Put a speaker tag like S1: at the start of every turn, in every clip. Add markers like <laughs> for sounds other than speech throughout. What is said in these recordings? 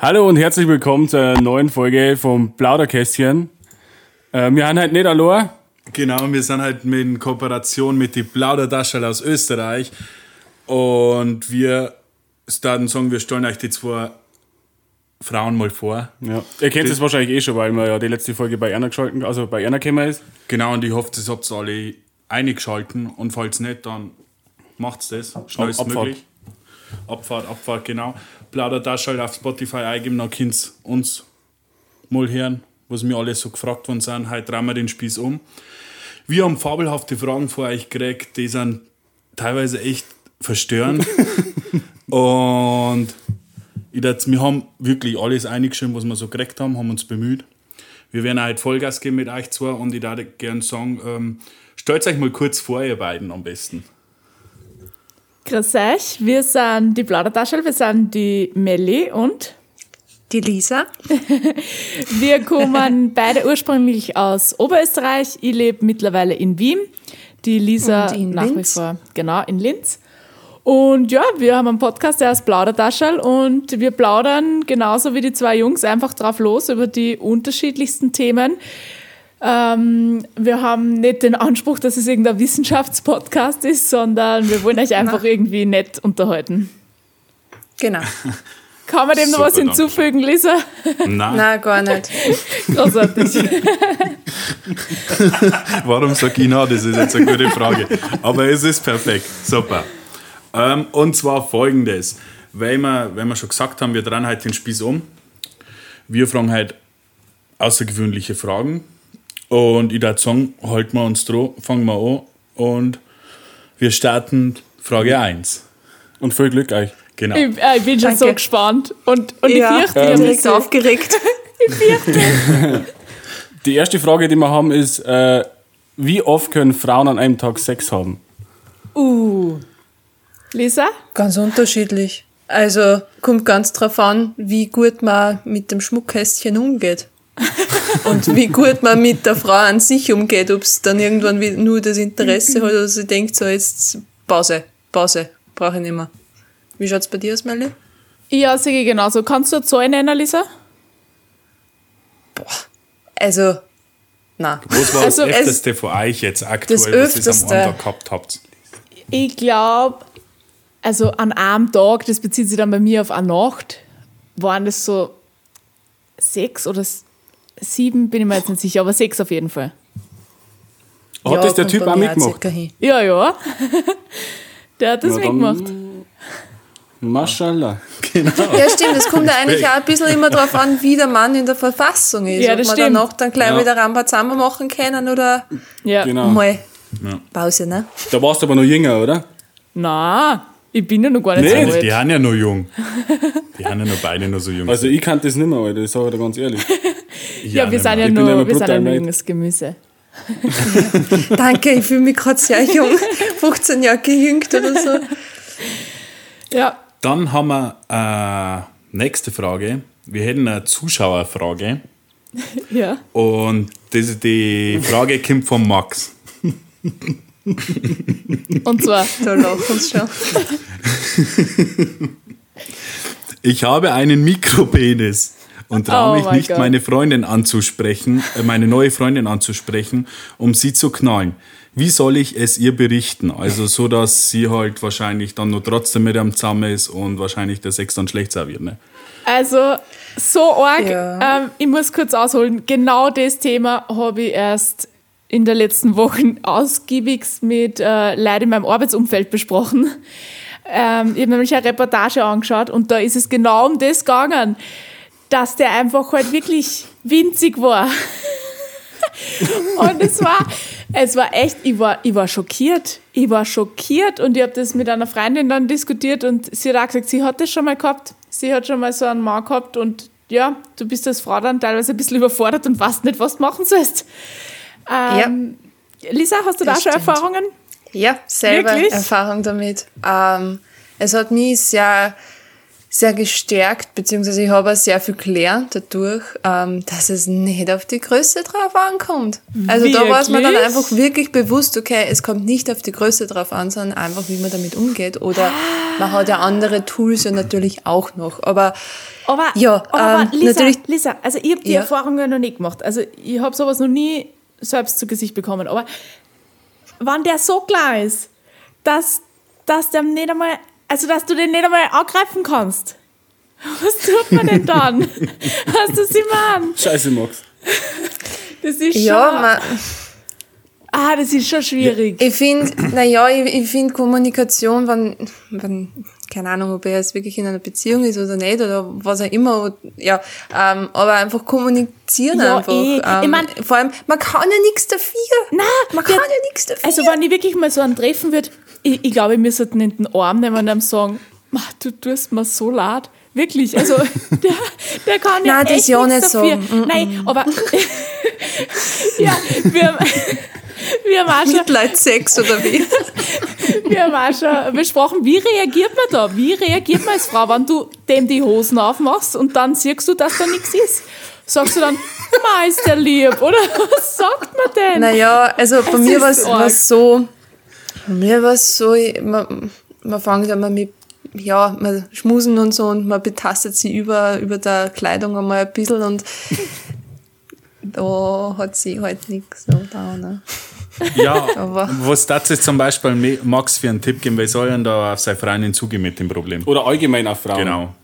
S1: Hallo und herzlich willkommen zur neuen Folge vom Plauderkästchen. Äh, wir haben halt nicht allein.
S2: Genau, wir sind halt in Kooperation mit die Plaudertaschel aus Österreich. Und wir starten sagen, wir stellen euch die zwei Frauen mal vor.
S1: Ja. Ihr kennt es wahrscheinlich eh schon, weil wir ja die letzte Folge bei einer geschalten, also bei einer gekommen ist.
S2: Genau, und ich hoffe, das habt ihr alle eingeschalten. Und falls nicht, dann macht's das. Schnellstmöglich. Abfahrt, Abfahrt, genau. Plaudertaschel halt auf Spotify eingeben, dann könnt ihr uns mal hören, was mir alle so gefragt worden sind. Heute drehen wir den Spieß um. Wir haben fabelhafte Fragen vor euch gekriegt, die sind teilweise echt verstörend. Und ich dachte, wir haben wirklich alles eingeschrieben, was wir so gekriegt haben, haben uns bemüht. Wir werden halt Vollgas geben mit euch zwei und ich würde gerne sagen, ähm, stellt euch mal kurz vor, ihr beiden am besten.
S3: Grüß euch, wir sind die Plaudertaschel, wir sind die Melli und
S4: Die Lisa.
S3: wir kommen
S4: <laughs>
S3: beide ursprünglich aus Oberösterreich. Ich lebe mittlerweile in Wien, die Lisa
S4: Und in
S3: nach
S4: Linz.
S3: wie vor, genau, in Linz. Und ja, wir haben einen Podcast, der heißt Plaudertaschel und wir plaudern genauso wie die zwei Jungs einfach drauf los über die unterschiedlichsten Themen. Ähm, wir haben nicht den Anspruch, dass es irgendein Wissenschaftspodcast ist, sondern wir wollen euch einfach irgendwie nett unterhalten.
S4: Genau.
S3: Kann man dem noch was
S2: Super, danke.
S3: hinzufügen, Lisa? Also,
S2: Nein,
S4: Na gar nicht.
S3: <laughs> Großartig.
S2: warum sag ich nein? Das ist jetzt eine gute Frage. Aber es ist perfekt. Super. Ähm, und zwar folgendes. Weil wir, weil wir schon gesagt haben, wir drehen halt den Spieß um. Wir fragen halt außergewöhnliche Fragen. Und ich würde sagen, halten wir uns dran, fangen wir an. Und wir starten Frage 1.
S1: Und viel Glück euch.
S2: Genau.
S3: Ich, äh, ich bin schon so
S4: Danke.
S3: gespannt. Und, und
S4: ja,
S3: ich fürchte, ich
S4: direkt
S3: bin auf.
S4: aufgeregt.
S1: Die erste Frage, die wir haben, ist: äh, Wie oft können Frauen an einem Tag Sex haben?
S3: Uh. Lisa?
S4: <laughs> Ganz unterschiedlich. Also kommt ganz drauf an, wie gut man mit dem Schmuckkästchen umgeht. Und wie gut man mit der Frau an sich umgeht, ob es dann irgendwann wie- nur das Interesse hat oder sie denkt, so jetzt Pause, Pause, brauche ich nicht mehr. Wie schaut's bei dir aus, Melli?
S3: Ja, sage ich genauso. Kannst du eine Zahl nennen, Lisa?
S4: Also, na.
S2: Was war
S3: Also
S2: das
S3: es-
S2: Öfteste von euch jetzt aktuell, was ihr am
S4: Öfteste.
S2: Anfang gehabt habt?
S3: Ich glaube, also an einem Tag, das bezieht sich dann bei mir auf eine Nacht, waren das so sechs oder s- sieben, bin ich mir jetzt nicht sicher, aber sechs auf jeden Fall.
S1: Hat das der Typ auch mitgemacht?
S3: Ja, ja. <laughs> Der hat das
S1: Na dann-
S3: mitgemacht.
S1: Maschallah.
S4: Ja, stimmt, es kommt ja eigentlich auch ein bisschen immer darauf an, wie der Mann in der Verfassung ist.
S3: Ja,
S4: Ob
S3: das
S4: man
S3: stimmt.
S4: danach dann gleich
S1: Ja.
S4: wieder Rambazamba machen können oder
S3: Ja.
S1: Genau.
S4: mal Pause, ne?
S1: Da warst du aber noch jünger, oder?
S3: Na, ich bin ja noch gar nicht
S1: Nee,
S3: so
S2: Die
S3: alt.
S2: haben ja nur jung. Die haben ja nur beide nur so jung.
S1: Also, ich kann das nicht mehr, Alter, das sage ich dir ganz ehrlich.
S3: <laughs> Ja, wir sind
S1: Ich
S3: ja
S1: bin ja
S3: nur,
S1: noch
S3: wir sind ja
S1: brutal
S3: nur
S1: nett.
S3: junges Gemüse.
S4: Danke, ich fühle mich gerade sehr jung. <laughs> 15 Jahre gejüngt oder so.
S3: Ja,
S2: Dann haben wir äh, nächste Frage. Wir hätten eine Zuschauerfrage.
S3: ja.
S2: Und das ist die Frage kommt von Max.
S3: Und zwar,
S4: Da lachen uns schon.
S2: Ich habe einen Mikropenis und traue
S3: Oh
S2: mich
S3: mein
S2: nicht,
S3: Gott.
S2: meine Freundin anzusprechen, äh, meine neue Freundin anzusprechen, um sie zu knallen. Wie soll ich es ihr berichten? Also so, dass sie halt wahrscheinlich dann nur trotzdem mit einem zusammen ist und wahrscheinlich der Sex dann schlecht sein wird. Ne?
S3: also so arg,
S4: Ja.
S3: ähm, ich muss kurz ausholen, genau das Thema habe ich erst in der letzten Woche <laughs> ausgiebigst mit äh, Leuten in meinem Arbeitsumfeld besprochen. Ähm, ich habe nämlich eine Reportage angeschaut und da ist es genau um das gegangen, dass der einfach halt wirklich winzig war. Und es war, es war echt, ich war, ich war schockiert. Ich war schockiert und ich habe das mit einer Freundin dann diskutiert und sie hat auch gesagt, sie hat das schon mal gehabt. Sie hat schon mal so einen Mann gehabt und ja, du bist als Frau dann teilweise ein bisschen überfordert und weißt nicht, was du machen sollst. Ähm, Lisa, hast du da
S4: Das
S3: schon
S4: stimmt.
S3: Erfahrungen?
S4: Ja, selber
S3: Wirklich?
S4: Erfahrung damit. Ähm, es hat mich sehr, sehr gestärkt, beziehungsweise ich habe auch sehr viel gelernt dadurch, ähm, dass es nicht auf die Größe drauf ankommt. Also da war es mir dann
S3: Wirklich?
S4: einfach wirklich bewusst, okay, es kommt nicht auf die Größe drauf an, sondern einfach, wie man damit umgeht. Oder man hat ja andere Tools ja natürlich auch noch. Aber
S3: Aber,
S4: ja,
S3: aber
S4: ähm,
S3: Lisa,
S4: natürlich
S3: Lisa, also ich habe die
S4: Ja.
S3: Erfahrung ja noch nie gemacht. Also ich habe sowas noch nie selbst zu Gesicht bekommen. Aber wenn der so klar ist, dass, dass der nicht einmal, also dass du den nicht einmal angreifen kannst, <laughs> was tut man
S4: <laughs>
S3: denn dann? Hast du sie an?
S1: Scheiße, Max.
S3: Das ist
S4: ja,
S3: schon,
S4: man,
S3: ah, das ist schon schwierig.
S4: Ich finde, <clears throat> naja, ich, ich finde Kommunikation, wenn, wenn, keine Ahnung, ob er jetzt wirklich in einer Beziehung ist oder nicht oder was auch immer, ja, ähm, aber einfach kommunizieren
S3: Ja,
S4: einfach.
S3: eh. Ich
S4: Ähm,
S3: mein-
S4: vor allem, man kann ja nichts dafür.
S3: Nein,
S4: man kann
S3: wir-
S4: ja nichts dafür.
S3: Also wenn ich wirklich mal so einen treffen würde, ich, ich glaube, ich müsste ihn in den Arm nehmen und ihm sagen, "Ma, du tust mir so leid. Wirklich,
S4: <laughs>
S3: also der, der kann ja
S4: Nein, das
S3: echt
S4: ja nicht
S3: nichts dafür.
S4: sagen. Mm,
S3: Nein,
S4: <laughs>
S3: aber ja, wir haben, wir haben auch schon
S4: Mitleidsex oder wie?
S3: wir haben auch schon besprochen, wie reagiert man da? Wie reagiert man als Frau, wenn du dem die Hosen aufmachst und dann siehst du, dass da nichts ist? Sagst du dann, Ma ist der lieb, oder was sagt man denn?
S4: Naja, also bei
S3: Es
S4: mir
S3: ist
S4: war es
S3: arg.
S4: war's so, bei mir war es so, ich- man, man fängt einmal mit, ja, man schmusen und so und man betastet sie über, über der Kleidung einmal ein bisschen und <laughs> da hat sie halt nichts so da, ne?
S2: Ja,
S4: Aber-
S2: was darfst du jetzt zum Beispiel Me- Max für einen Tipp geben? Weil soll denn da auf seine Freundin zugehen mit dem Problem?
S1: Oder allgemein auf Frauen.
S2: Genau.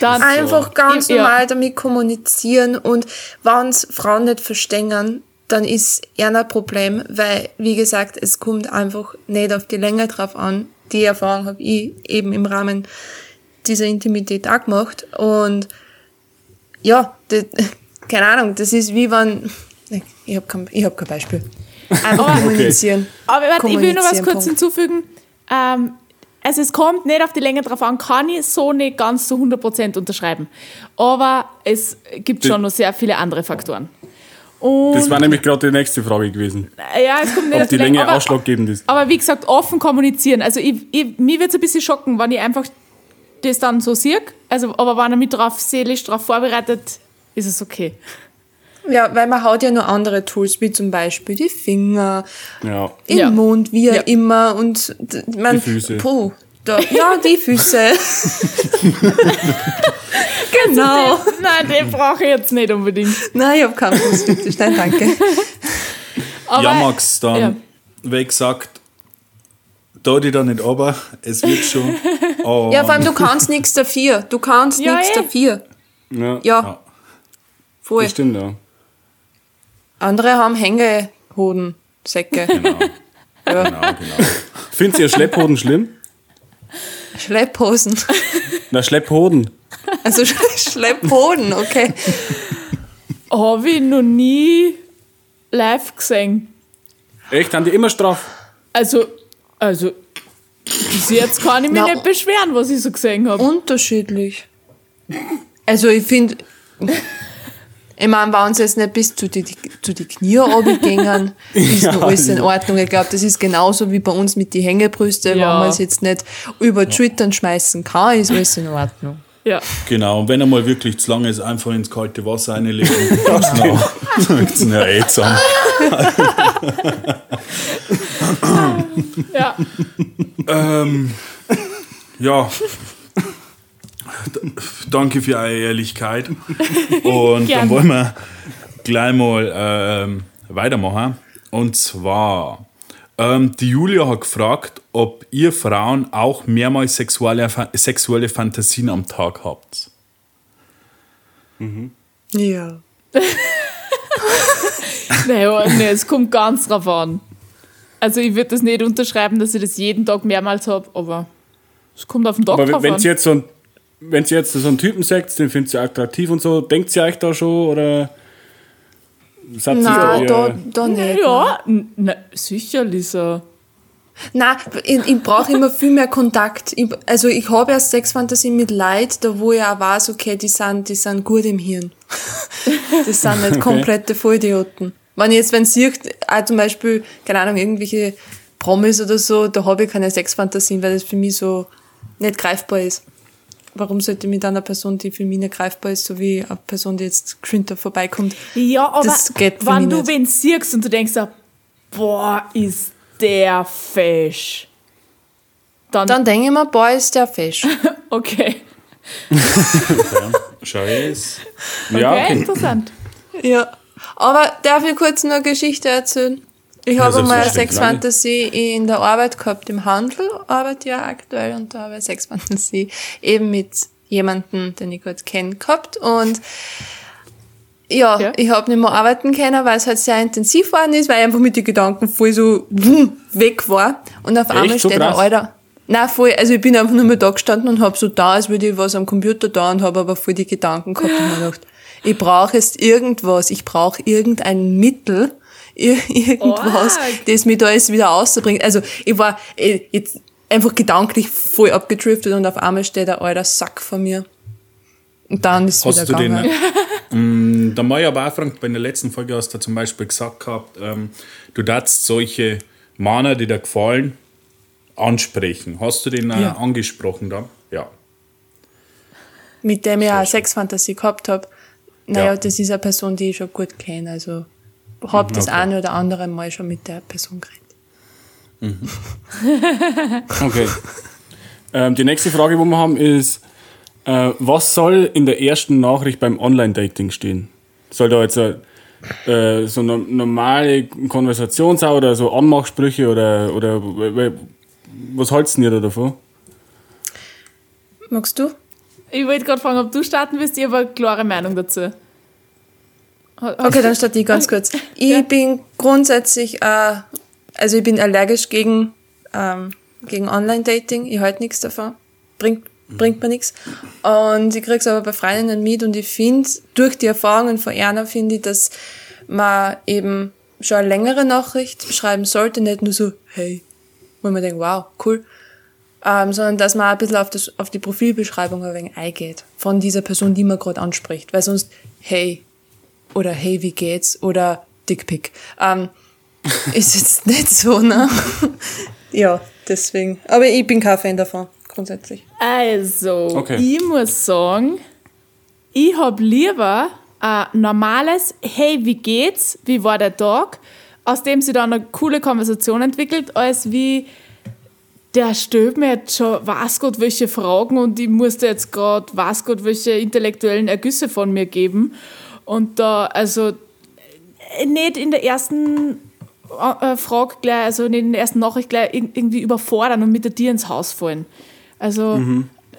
S3: Dann,
S4: Einfach ganz
S3: Ja.
S4: normal damit kommunizieren und wenns Frauen nicht verstehen, dann ist eher ein Problem, weil, wie gesagt, es kommt einfach nicht auf die Länge drauf an. Die Erfahrung habe ich eben im Rahmen dieser Intimität auch gemacht und ja, das, <laughs> keine Ahnung, das ist wie wenn, ich habe kein, ich hab kein Beispiel.
S3: <laughs>
S4: Einfach kommunizieren.
S3: Aber warte, ich will noch was
S4: Kommunizieren,
S3: kurz
S4: Punkt.
S3: hinzufügen. Ähm, also es kommt nicht auf die Länge drauf an, kann ich so nicht ganz zu 100% unterschreiben. Aber es gibt schon noch sehr viele andere Faktoren. Und
S1: Das war nämlich gerade die nächste Frage gewesen.
S3: ja, es kommt nicht
S1: Ob die Länge
S3: aber-
S1: ausschlaggebend ist.
S3: aber wie gesagt, offen kommunizieren. Also ich, ich, mir wird es ein bisschen schocken, wenn ich einfach das dann so sehe. Also, aber wenn er mich drauf seelisch darauf vorbereitet, ist es okay.
S4: Ja, weil man hat ja noch andere Tools, wie zum Beispiel die Finger,
S1: Ja.
S4: im
S3: Ja.
S4: Mond, wie auch
S3: Ja.
S4: immer und d- man,
S1: Die Füße.
S4: Puh, da, ja, die <laughs> Füße. genau.
S3: Den- Also, Nein, den brauche ich jetzt nicht unbedingt.
S4: Nein, ich hab keinen Fußfetisch, nein, danke.
S3: Aber,
S2: ja, Max, dann,
S3: Ja.
S2: wie gesagt, da die da nicht aber, es wird schon. Aber
S4: Ja, vor allem, du kannst nichts dafür. Du kannst
S3: Ja,
S4: nichts
S3: eh.
S4: dafür.
S1: Ja,
S4: Ja,
S2: Ja.
S4: voll.
S1: das stimmt, ja.
S4: Andere haben Hängehodensäcke.
S2: <laughs> Genau. genau, genau.
S1: Findet ihr Schlepphoden schlimm?
S4: Schlepphosen.
S1: Na, Schlepphoden.
S4: Also <laughs> Schlepphoden, okay.
S3: habe ich noch nie live gesehen.
S1: Echt, haben die immer straff?
S3: Also, also bis jetzt kann ich mich
S4: Na,
S3: nicht beschweren, was ich so gesehen habe.
S4: Unterschiedlich. Also ich finde, ich meine, wenn sie jetzt nicht bis zu die, zu die Knie runtergängen, ist noch alles in Ordnung. Ich glaube, das ist genauso wie bei uns mit den Hängebrüste,
S3: Ja.
S4: wenn man es jetzt nicht über die Schultern schmeißen kann, ist alles in Ordnung.
S3: Ja.
S2: Genau, und wenn er mal wirklich zu lang ist, einfach ins kalte Wasser <laughs> reinlegen. genau. Sagt's, na, eh zusammen.
S3: ja.
S2: Ähm, ja. D- Danke für eure Ehrlichkeit. Und
S3: Gerne.
S2: dann wollen wir gleich mal ähm, weitermachen. Und zwar, ähm, die Julia hat gefragt, ob ihr Frauen auch mehrmals sexuelle, Fa- sexuelle Fantasien am Tag habt.
S4: Ja.
S3: Naja, nee, es kommt ganz drauf an. Also ich würde das nicht unterschreiben, dass ich das jeden Tag mehrmals habe, aber es kommt auf den Tag
S1: Aber
S3: drauf
S1: wenn
S3: an.
S1: sie jetzt so ein wenn ihr jetzt so einen Typen seht, den findet ihr attraktiv und so, denkt ihr euch da schon oder sagt ihr da
S4: Nein,
S1: eher-
S4: da, da nicht.
S3: ja, n- na, sicher, Lisa.
S4: Nein, ich, ich brauche immer viel mehr Kontakt. Ich, also ich habe erst Sexfantasien mit Leid, da wo ich auch weiß, okay, die sind, die sind gut im Hirn. <laughs> Das sind nicht komplette Vollidioten. Wenn ich jetzt, wenn sieht, auch zum Beispiel, keine Ahnung, irgendwelche Promis oder so, da habe ich keine Sexfantasien, weil das für mich so nicht greifbar ist. warum sollte ich mit einer Person, die für mich nicht greifbar ist, so wie eine Person, die jetzt geschwind vorbeikommt,
S3: Ja, aber
S4: das geht für
S3: wenn
S4: mich
S3: du
S4: nicht.
S3: wen siehst und du denkst, so, boah, ist der fesch. Dann,
S4: Dann denke ich mir, boah, ist der fesch.
S3: okay.
S2: Schau jetzt.
S1: Ja,
S3: okay.
S1: okay.
S3: interessant.
S4: Ja. Aber darf ich kurz noch eine Geschichte erzählen? Ich
S1: also
S4: habe mal eine
S2: selbstverständlich.
S4: Sexfantasie in der Arbeit gehabt, im Handel arbeite ich ja aktuell und da habe ich Sexfantasie eben mit jemandem, den ich gut kenne, gehabt und ja,
S3: Ja.
S4: ich habe nicht mehr arbeiten können, weil es halt sehr intensiv geworden ist, weil ich einfach mit den Gedanken voll so wumm, weg war und auf einmal
S1: So
S4: steht ein
S1: krass?
S4: alter Nein, voll. Also ich bin einfach nur mal da gestanden und habe so da, als würde ich was am Computer da und habe aber voll die Gedanken gehabt und mir gedacht, ich brauche jetzt irgendwas, ich brauche irgendein Mittel, <laughs> ir- irgendwas,
S3: Arg.
S4: das mich da jetzt wieder auszubringt. Also ich war äh, jetzt einfach gedanklich voll abgedriftet und auf einmal steht ein alter Sack vor mir. Und dann ist es wieder
S2: Hast du den.
S4: gegangen.
S2: Mm, da Maya aber auch gefragt, bei der letzten Folge hast du zum Beispiel gesagt gehabt, ähm, du darfst solche Männer, die dir gefallen, ansprechen. Hast du den äh,
S4: Ja.
S2: angesprochen dann? Ja.
S4: <laughs> mit dem ich auch eine Sexfantasie gehabt habe. Naja,
S2: Ja. Mhm,
S4: das ist eine Person, die ich schon gut kenne. Also habe das
S2: okay.
S4: eine oder andere Mal schon mit der Person geredet.
S1: okay. Ähm, die nächste Frage, die wir haben, ist, äh, was soll in der ersten Nachricht beim Online-Dating stehen? Soll da jetzt äh, äh, so no normale Konversationsau oder so Anmachsprüche oder, oder w- w- was haltst denn ihr da davon?
S4: Magst du?
S3: Ich wollte gerade fragen, ob du starten willst, ich habe eine klare Meinung dazu.
S4: Okay, dann starte ich ganz kurz. Ich bin grundsätzlich, äh, also ich bin allergisch gegen, ähm, gegen Online-Dating. Ich halte nichts davon. Bringt, bringt mir nichts. Und ich kriege es aber bei Freundinnen mit und ich finde, durch die Erfahrungen von Erna finde ich, dass man eben schon eine längere Nachricht schreiben sollte, nicht nur so, hey, wo man denkt, wow, cool, ähm, sondern dass man auch ein bisschen auf, das, auf die Profilbeschreibung ein wenig eingeht von dieser Person, die man gerade anspricht, weil sonst, hey, oder hey, wie geht's? Oder Dickpick. Ähm, ist jetzt <laughs> nicht so, ne? ja, deswegen. Aber ich bin kein Fan davon, grundsätzlich.
S3: Also,
S1: Okay.
S3: ich muss sagen, ich hab lieber ein normales Hey, wie geht's? Wie war der Tag? Aus dem sie dann eine coole Konversation entwickelt, als wie der stört mir jetzt schon was Gott welche Fragen und ich musste jetzt gerade was Gott welche intellektuellen Ergüsse von mir geben. Und da, also äh, nicht in der ersten äh, Frage gleich, also nicht in der ersten Nachricht gleich irg- irgendwie überfordern und mit der Tier ins Haus fallen. Also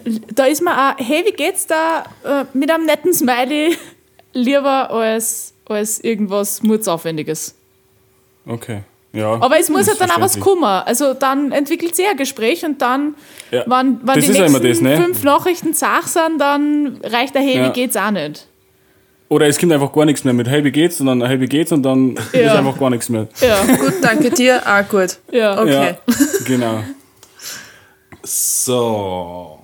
S3: l- da ist man auch, hey, wie geht's da äh, mit einem netten Smiley <laughs> lieber als, als irgendwas Mutsaufwendiges.
S1: Okay. Ja,
S3: Aber es muss
S1: das
S3: halt
S1: ist
S3: dann auch was
S1: verständlich.
S3: kommen. Also dann entwickelt sich ein Gespräch und dann,
S1: Ja,
S3: wenn, wenn
S1: das
S3: die
S1: ist ja
S3: nächsten
S1: immer das, ne?
S3: fünf Nachrichten zach sind, dann reicht der Hey,
S1: Ja.
S3: wie geht's auch nicht.
S1: Oder es kommt einfach gar nichts mehr mit Hey, wie geht's? Und dann Hey, wie geht's? Und dann ist
S3: Ja.
S1: einfach gar nichts mehr.
S3: Ja,
S4: Gut, danke dir. Ah, gut.
S3: Ja.
S4: Okay.
S1: Ja, genau.
S2: So.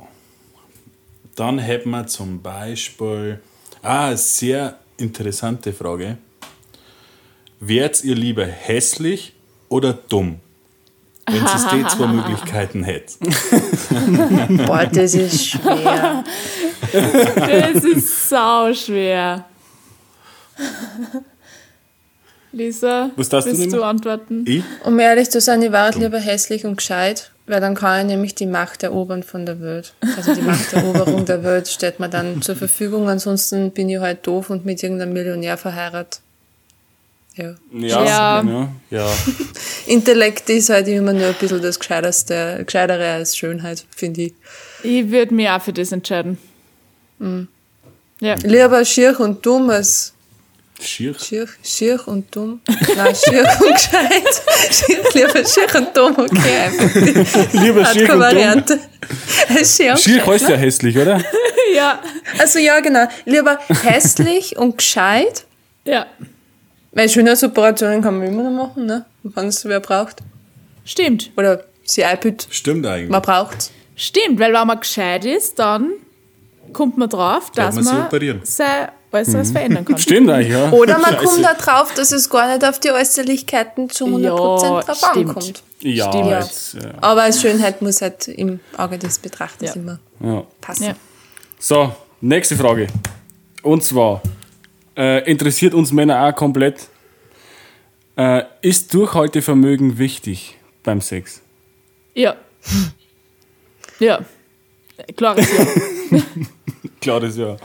S2: Dann hätten wir zum Beispiel. Ah, sehr interessante Frage. Wärt ihr lieber hässlich oder dumm? Wenn es die
S4: <laughs>
S2: zwei Möglichkeiten hätte.
S4: Boah, das ist schwer.
S3: das ist sau <laughs> schwer. Lisa,
S1: Was darfst du
S3: willst
S1: nehmen?
S3: du antworten?
S2: Ich?
S4: Um ehrlich zu sein, ich war lieber hässlich und gescheit, weil dann kann ich nämlich die Macht erobern von der Welt. Also die Machteroberung der Welt steht mir dann zur Verfügung. Ansonsten bin ich halt doof und mit irgendeinem Millionär verheiratet. Ja.
S1: Ja,
S3: Ja.
S1: ja.
S2: Ja.
S4: Intellekt ist halt immer nur ein bisschen das Gescheiterste, Gescheitere als Schönheit, finde ich.
S3: Ich würde mich auch für das entscheiden. Mhm. Ja.
S4: Lieber schier und dumm als
S2: Schier.
S4: schier, schier und dumm. Nein, schier
S1: <laughs>
S4: und gescheit. <laughs> Schier, lieber schier und dumm, okay,
S1: <laughs>
S4: einfach
S1: Lieber um. schier und dumm.
S4: Variante. Als schier und
S1: Schier heißt ja
S4: <laughs>
S1: hässlich, oder?
S3: <laughs> ja,
S4: gescheit. Also ja, genau. Lieber hässlich und gescheit.
S3: ja,
S4: Weil schöne Operationen kann man immer noch machen, ne? Wenn es wer braucht.
S3: stimmt.
S4: Oder sie einbüht.
S2: Stimmt eigentlich.
S4: Man braucht's.
S3: Stimmt, weil wenn man gescheit ist, dann kommt man drauf, dass
S2: man sie
S3: man,
S2: operieren. Mhm.
S3: sein Äußeres verändern kann.
S1: Stimmt eigentlich, ja.
S3: Oh,
S4: Oder man kommt da drauf, dass es gar nicht auf die Äußerlichkeiten zu 100%
S3: Ja,
S4: drauf
S3: stimmt.
S4: ankommt.
S1: Ja,
S3: Stimmt.
S1: jetzt, ja.
S4: Aber Schönheit muss halt im Auge des Betrachters
S3: Ja.
S4: immer
S1: ja.
S4: passen.
S3: Ja.
S1: So, nächste Frage. Und zwar, äh, interessiert uns Männer auch komplett, äh, ist Durchhaltevermögen wichtig beim Sex?
S3: Ja. Ja. Klares Ja.
S1: Klares Ja.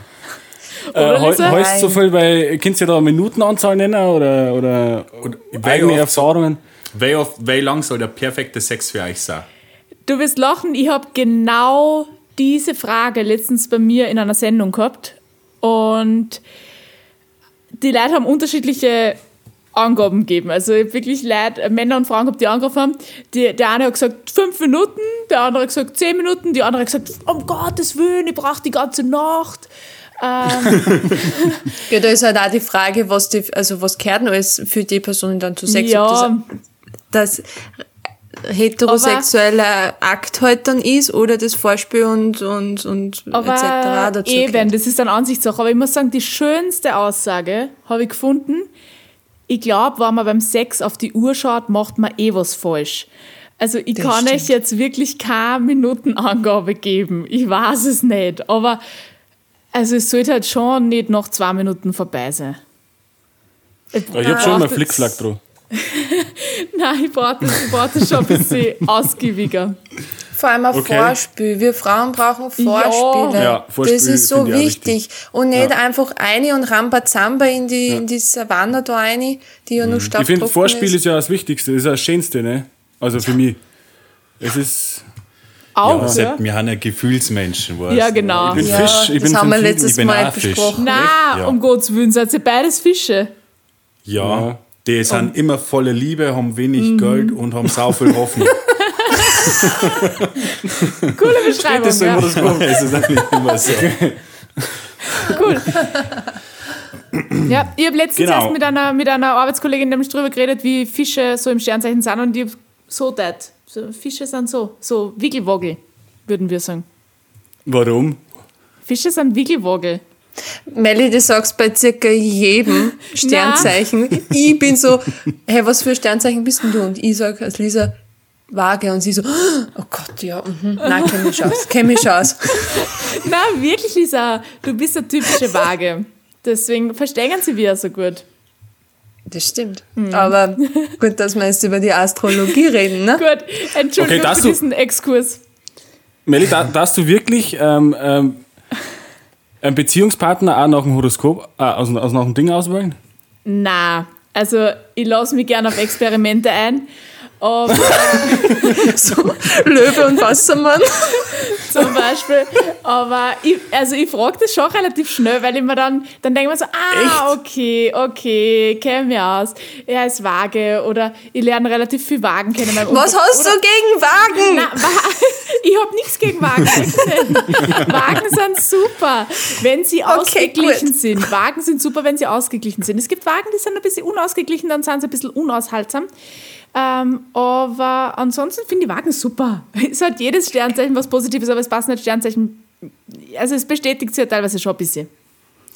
S3: Oder,
S1: Äh, heu-
S3: Lisa?
S1: heißt so viel, weil, könnt ihr da Minutenanzahl nennen oder, oder, eigene
S2: oft-
S1: Erfahrungen?
S2: Wie, oft- wie lang soll der perfekte Sex für euch sein?
S3: Du wirst lachen, ich habe genau diese Frage letztens bei mir in einer Sendung gehabt. Und die Leute haben unterschiedliche Angaben gegeben. Also ich hab wirklich Leute, äh, Männer und Frauen gehabt, die angerufen haben. Die, der eine hat gesagt, fünf Minuten, der andere hat gesagt, zehn Minuten, die andere hat gesagt, um Gottes Willen, ich brauche die ganze Nacht.
S4: Ja, da ist halt auch die Frage, was die, also was gehört noch alles für die Personen dann zu Sex?
S3: ja,
S4: Ob das, das heterosexuelle Akt halt dann ist oder das Vorspiel und, und, und
S3: aber
S4: etc. dazu.
S3: eben,
S4: gehört.
S3: das ist eine Ansichtssache. Aber ich muss sagen, die schönste Aussage habe ich gefunden. Ich glaube, wenn man beim Sex auf die Uhr schaut, macht man eh was falsch. Also ich
S4: Das
S3: kann euch
S4: stimmt.
S3: jetzt wirklich keine Minutenangabe geben. Ich weiß es nicht. Aber also es sollte halt schon nicht nach zwei Minuten vorbei sein. <laughs> Ich,
S1: Ich hab schon
S3: brauch
S1: mal
S3: das-
S1: Flickflack drauf.
S3: Nein, ich brauche das, ich brauch
S4: <laughs>
S3: das schon ein bisschen ausgiebiger.
S4: Vor allem ein
S1: Okay.
S4: Vorspiel. Wir Frauen brauchen Vorspiele.
S1: Ja, Vorspiel
S4: das ist so
S1: finde ich auch
S4: wichtig. Und nicht
S1: Ja.
S4: einfach eine und Rambazamba in die, in die Savanne da rein, die ja nur stattfindet.
S1: Mhm. Ich finde, Vorspiel ist. ja das Wichtigste, das ist das Schönste, ne? Also für mich. Es ist.
S3: Auch,
S2: Sepp,
S3: ja?
S2: Also, Wir haben ja Gefühlsmenschen, weißt
S3: Ja,
S2: du?
S3: genau.
S1: Ich bin
S4: Ja,
S1: Fisch, ich
S4: das
S1: bin
S4: haben wir
S1: sensibel,
S4: letztes
S2: ich bin
S4: Mal
S2: auch Fisch.
S4: besprochen.
S3: Nein,
S2: Ja.
S3: um Gottes Willen, seid ihr beides Fische.
S2: Ja,
S1: Ja.
S2: die sind immer voller Liebe, haben wenig
S4: Mhm.
S2: Geld und haben sau
S4: <laughs>
S2: viel Hoffnung.
S3: Coole Beschreibung.
S1: Das
S3: ja.
S2: <laughs>
S1: ist immer
S2: es ist eigentlich immer so.
S3: Cool. ja, ich habe letztens
S2: Genau.
S3: erst mit einer, mit einer Arbeitskollegin nämlich drüber geredet, wie Fische so im Sternzeichen sind und die so dat. So, Fische sind so, so Wiggelwoggel, würden wir sagen.
S1: Warum?
S3: Fische sind Wiggelwoggel.
S4: Melli, du sagst bei circa jedem Sternzeichen. ich bin so, hey, was für Sternzeichen bist denn du? Und ich sag als Lisa, Waage. Und sie so, <gasps> oh Gott, ja, mhm. nein, kenn mich aus, kenn mich aus.
S3: <laughs> Na, wirklich, Lisa, du bist eine typische Waage. Deswegen verstehen sie wir so gut.
S4: Das stimmt. Aber gut, dass wir jetzt über die Astrologie reden, ne?
S3: Gut,
S1: Okay,
S3: Entschuldigung
S1: das
S3: für
S1: so-
S3: diesen Exkurs.
S1: Melli, da, darfst du wirklich ähm, ähm, einen Beziehungspartner auch nach dem Horoskop, äh, aus, aus nach dem Ding auswählen?
S3: Na, also ich lasse mich gerne auf Experimente ein. Aber
S4: So, Löwe und Wassermann.
S3: zum Beispiel. Aber ich, also ich frage das schon relativ schnell, weil ich mir dann, dann denke ich mir so, ah, okay, okay, kenn mich aus. Er ist vage oder ich lerne relativ viel Wagen kennen. in meinem
S4: Was
S3: Umfeld.
S4: hast du gegen Wagen?
S3: Na, wa- <laughs> ich habe nichts gegen Wagen. Wagen sind super, wenn sie ausgeglichen
S4: gut.
S3: sind. Wagen sind super, wenn sie ausgeglichen sind. Es gibt Wagen, die sind ein bisschen unausgeglichen, dann sind sie ein bisschen unaushaltsam. Ähm, aber ansonsten finde ich Wagen super. <laughs> Es hat jedes Sternzeichen was Positives, aber es passt nicht Sternzeichen. Also es bestätigt sich ja teilweise schon ein bisschen.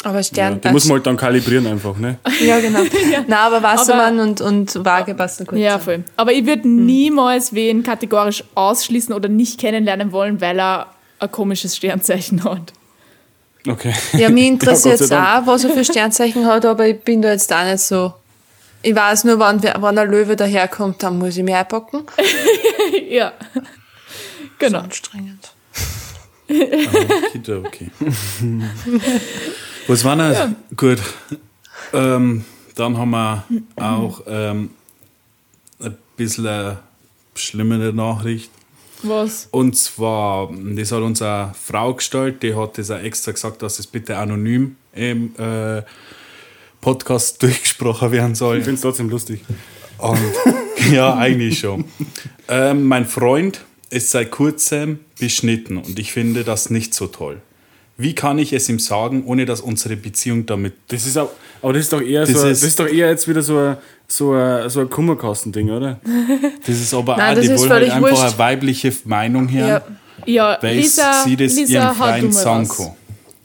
S4: Aber
S1: Ja,
S4: Stern.
S1: die muss man halt dann kalibrieren einfach, ne?
S4: ja genau. Na, aber Wassermann
S3: Aber-
S4: und, und Waage passen gut.
S3: Ja,
S4: zusammen.
S3: voll. Aber ich würde niemals wen kategorisch ausschließen oder nicht kennenlernen wollen, weil er ein komisches Sternzeichen hat. <laughs>
S1: Okay.
S4: Ja, mich interessiert
S1: Gott
S4: es
S1: sei Dank.
S4: auch, was er für Sternzeichen hat, aber ich bin da jetzt auch nicht so. Ich weiß nur, wann, wer- wann ein Löwe daherkommt, dann muss ich mich einpacken.
S3: Ja. Genau.
S4: Anstrengend.
S2: Okay, okay. Was war das? Gut. Ähm, dann haben wir auch ähm, ein bisschen eine schlimmere Nachricht.
S3: Was?
S2: Und zwar, das hat uns eine Frau gestellt, die hat das auch extra gesagt, dass es bitte anonym im äh, Podcast <laughs> durchgesprochen werden
S1: <laughs>
S2: soll.
S1: Ich finde es trotzdem lustig.
S2: Und, <laughs> ja, eigentlich schon. Ähm, mein Freund ist seit kurzem beschnitten und ich finde das nicht so toll. Wie kann ich es ihm sagen, ohne dass unsere Beziehung damit.
S1: Das ist auch, aber das ist doch eher
S2: Das
S1: so, ein-
S2: ist-
S1: das ist doch eher jetzt wieder so ein, so ein, so ein Kummerkastending, oder?
S2: Das ist aber
S4: Nein,
S2: auch,
S4: das
S2: die
S4: ist
S2: wollen halt
S4: völlig
S2: einfach
S4: wurscht.
S2: eine weibliche Meinung her,
S4: Ja.
S3: Ja,
S2: weil
S3: Lisa,
S2: sie das
S3: Lisa
S2: ihrem
S3: hat du
S2: Freund
S3: mal
S2: sagen
S3: was.
S2: kann.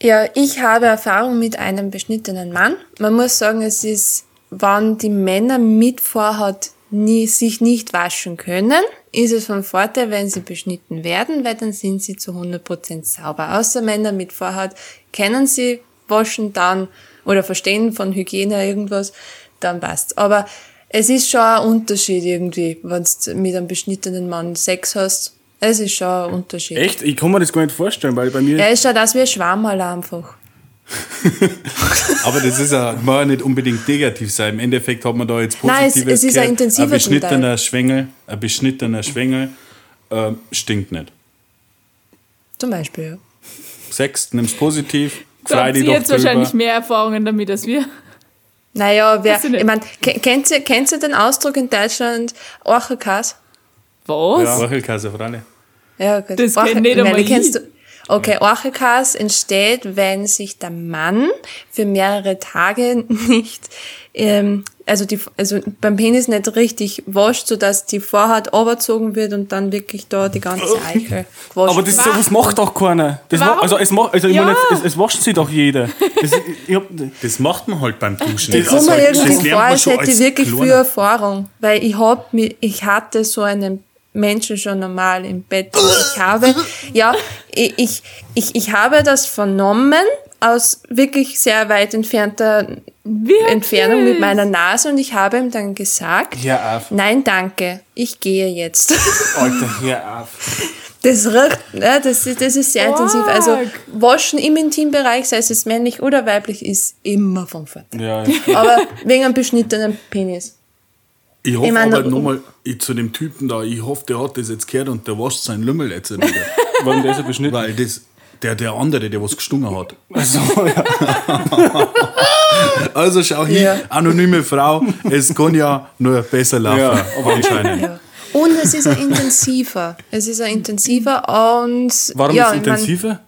S4: Ja, ich habe Erfahrung mit einem beschnittenen Mann. Man muss sagen, es ist, wann die Männer mit vorhat, nie, sich nicht waschen können, ist es von Vorteil, wenn sie beschnitten werden, weil dann sind sie zu 100% sauber. Außer Männer mit Vorhaut kennen sie waschen dann oder verstehen von Hygiene irgendwas, dann passt. Aber es ist schon ein Unterschied irgendwie, wenn du mit einem beschnittenen Mann Sex hast. Es ist schon ein Unterschied.
S1: Echt? Ich kann mir das gar nicht vorstellen, weil bei mir.
S4: Er ist schon das wie ein Schwammerl einfach.
S2: Aber das ist ja mal nicht unbedingt negativ sein. Im Endeffekt hat man da jetzt
S4: Nein, es-
S2: positives
S4: es ist ein
S2: gehört.
S4: intensiver
S2: ein beschnittener Schwengel, ein beschnittener Schwengel ähm, stinkt nicht.
S4: Zum Beispiel, ja.
S2: Sex, nimm's positiv,
S3: Da haben
S2: frei dich
S3: Sie
S2: doch
S3: jetzt
S2: drüber.
S3: wahrscheinlich mehr Erfahrungen damit als wir.
S4: Naja, wer,
S3: Weiß ich nicht.
S4: ich meine, kennt ihr, kennt ihr den Ausdruck in Deutschland, Orcherkass?
S3: Was?
S2: Ja, Rachelkasse, Fralle.
S4: Ja, gut.
S3: Das kenn nicht
S4: Orchel-
S3: einmal
S4: Melli, kennst
S3: ich.
S4: du? Okay, Orchikas entsteht, wenn sich der Mann für mehrere Tage <laughs> nicht, ähm, also, die, also beim Penis nicht richtig wascht, sodass die Vorhaut überzogen wird und dann wirklich da die
S1: <laughs>
S4: ganze Eichel gewaschen
S1: Aber das,
S4: wird.
S1: sowas macht doch keiner. Das
S3: Warum?
S1: ma, also, es, ma, also ich
S3: Ja.
S1: meine, es, es, es wascht sich doch jeder. Das, ich hab, <laughs>
S2: Das macht man halt beim Duschen.
S4: Ich komme mir irgendwie
S2: lernt
S4: vor,
S2: man
S4: als
S2: schon
S4: hätte ich
S2: als
S4: wirklich viel
S2: Kleiner.
S4: Erfahrung, weil ich hab mir, ich hatte so einen Menschen schon normal im Bett. Ich habe, ja, ich, ich, ich, ich habe das vernommen aus wirklich sehr weit entfernter
S3: Wirklich?
S4: Entfernung mit meiner Nase und ich habe ihm dann gesagt,
S1: hör auf.
S4: nein, danke, ich gehe jetzt. <laughs>
S1: Alter, hör auf.
S4: Das riecht, ne, das, ist- das ist sehr intensiv. Also
S3: Arg.
S4: waschen im Intimbereich, sei es jetzt männlich oder weiblich, ist immer von Vorteil.
S1: Ja, ja.
S4: Aber wegen einem beschnittenen Penis.
S2: Ich hoffe
S4: Ich meine,
S2: aber
S4: um-
S2: nochmal ich- zu dem Typen da, ich hoffe, der hat das jetzt gehört und der wascht seinen Lümmel jetzt nicht wieder.
S1: Warum der ist ja beschnitten?
S2: Weil das, der, der andere, der was gestungen hat.
S1: Also, ja.
S2: <laughs> Also schau hier,
S4: Ja.
S2: anonyme Frau, es kann ja nur besser laufen.
S1: Ja, aber
S2: anscheinend.
S4: Ja. Und es ist ein intensiver. Es ist ein intensiver und
S1: Warum
S4: ja,
S1: ist
S4: ich mein,
S1: intensiver?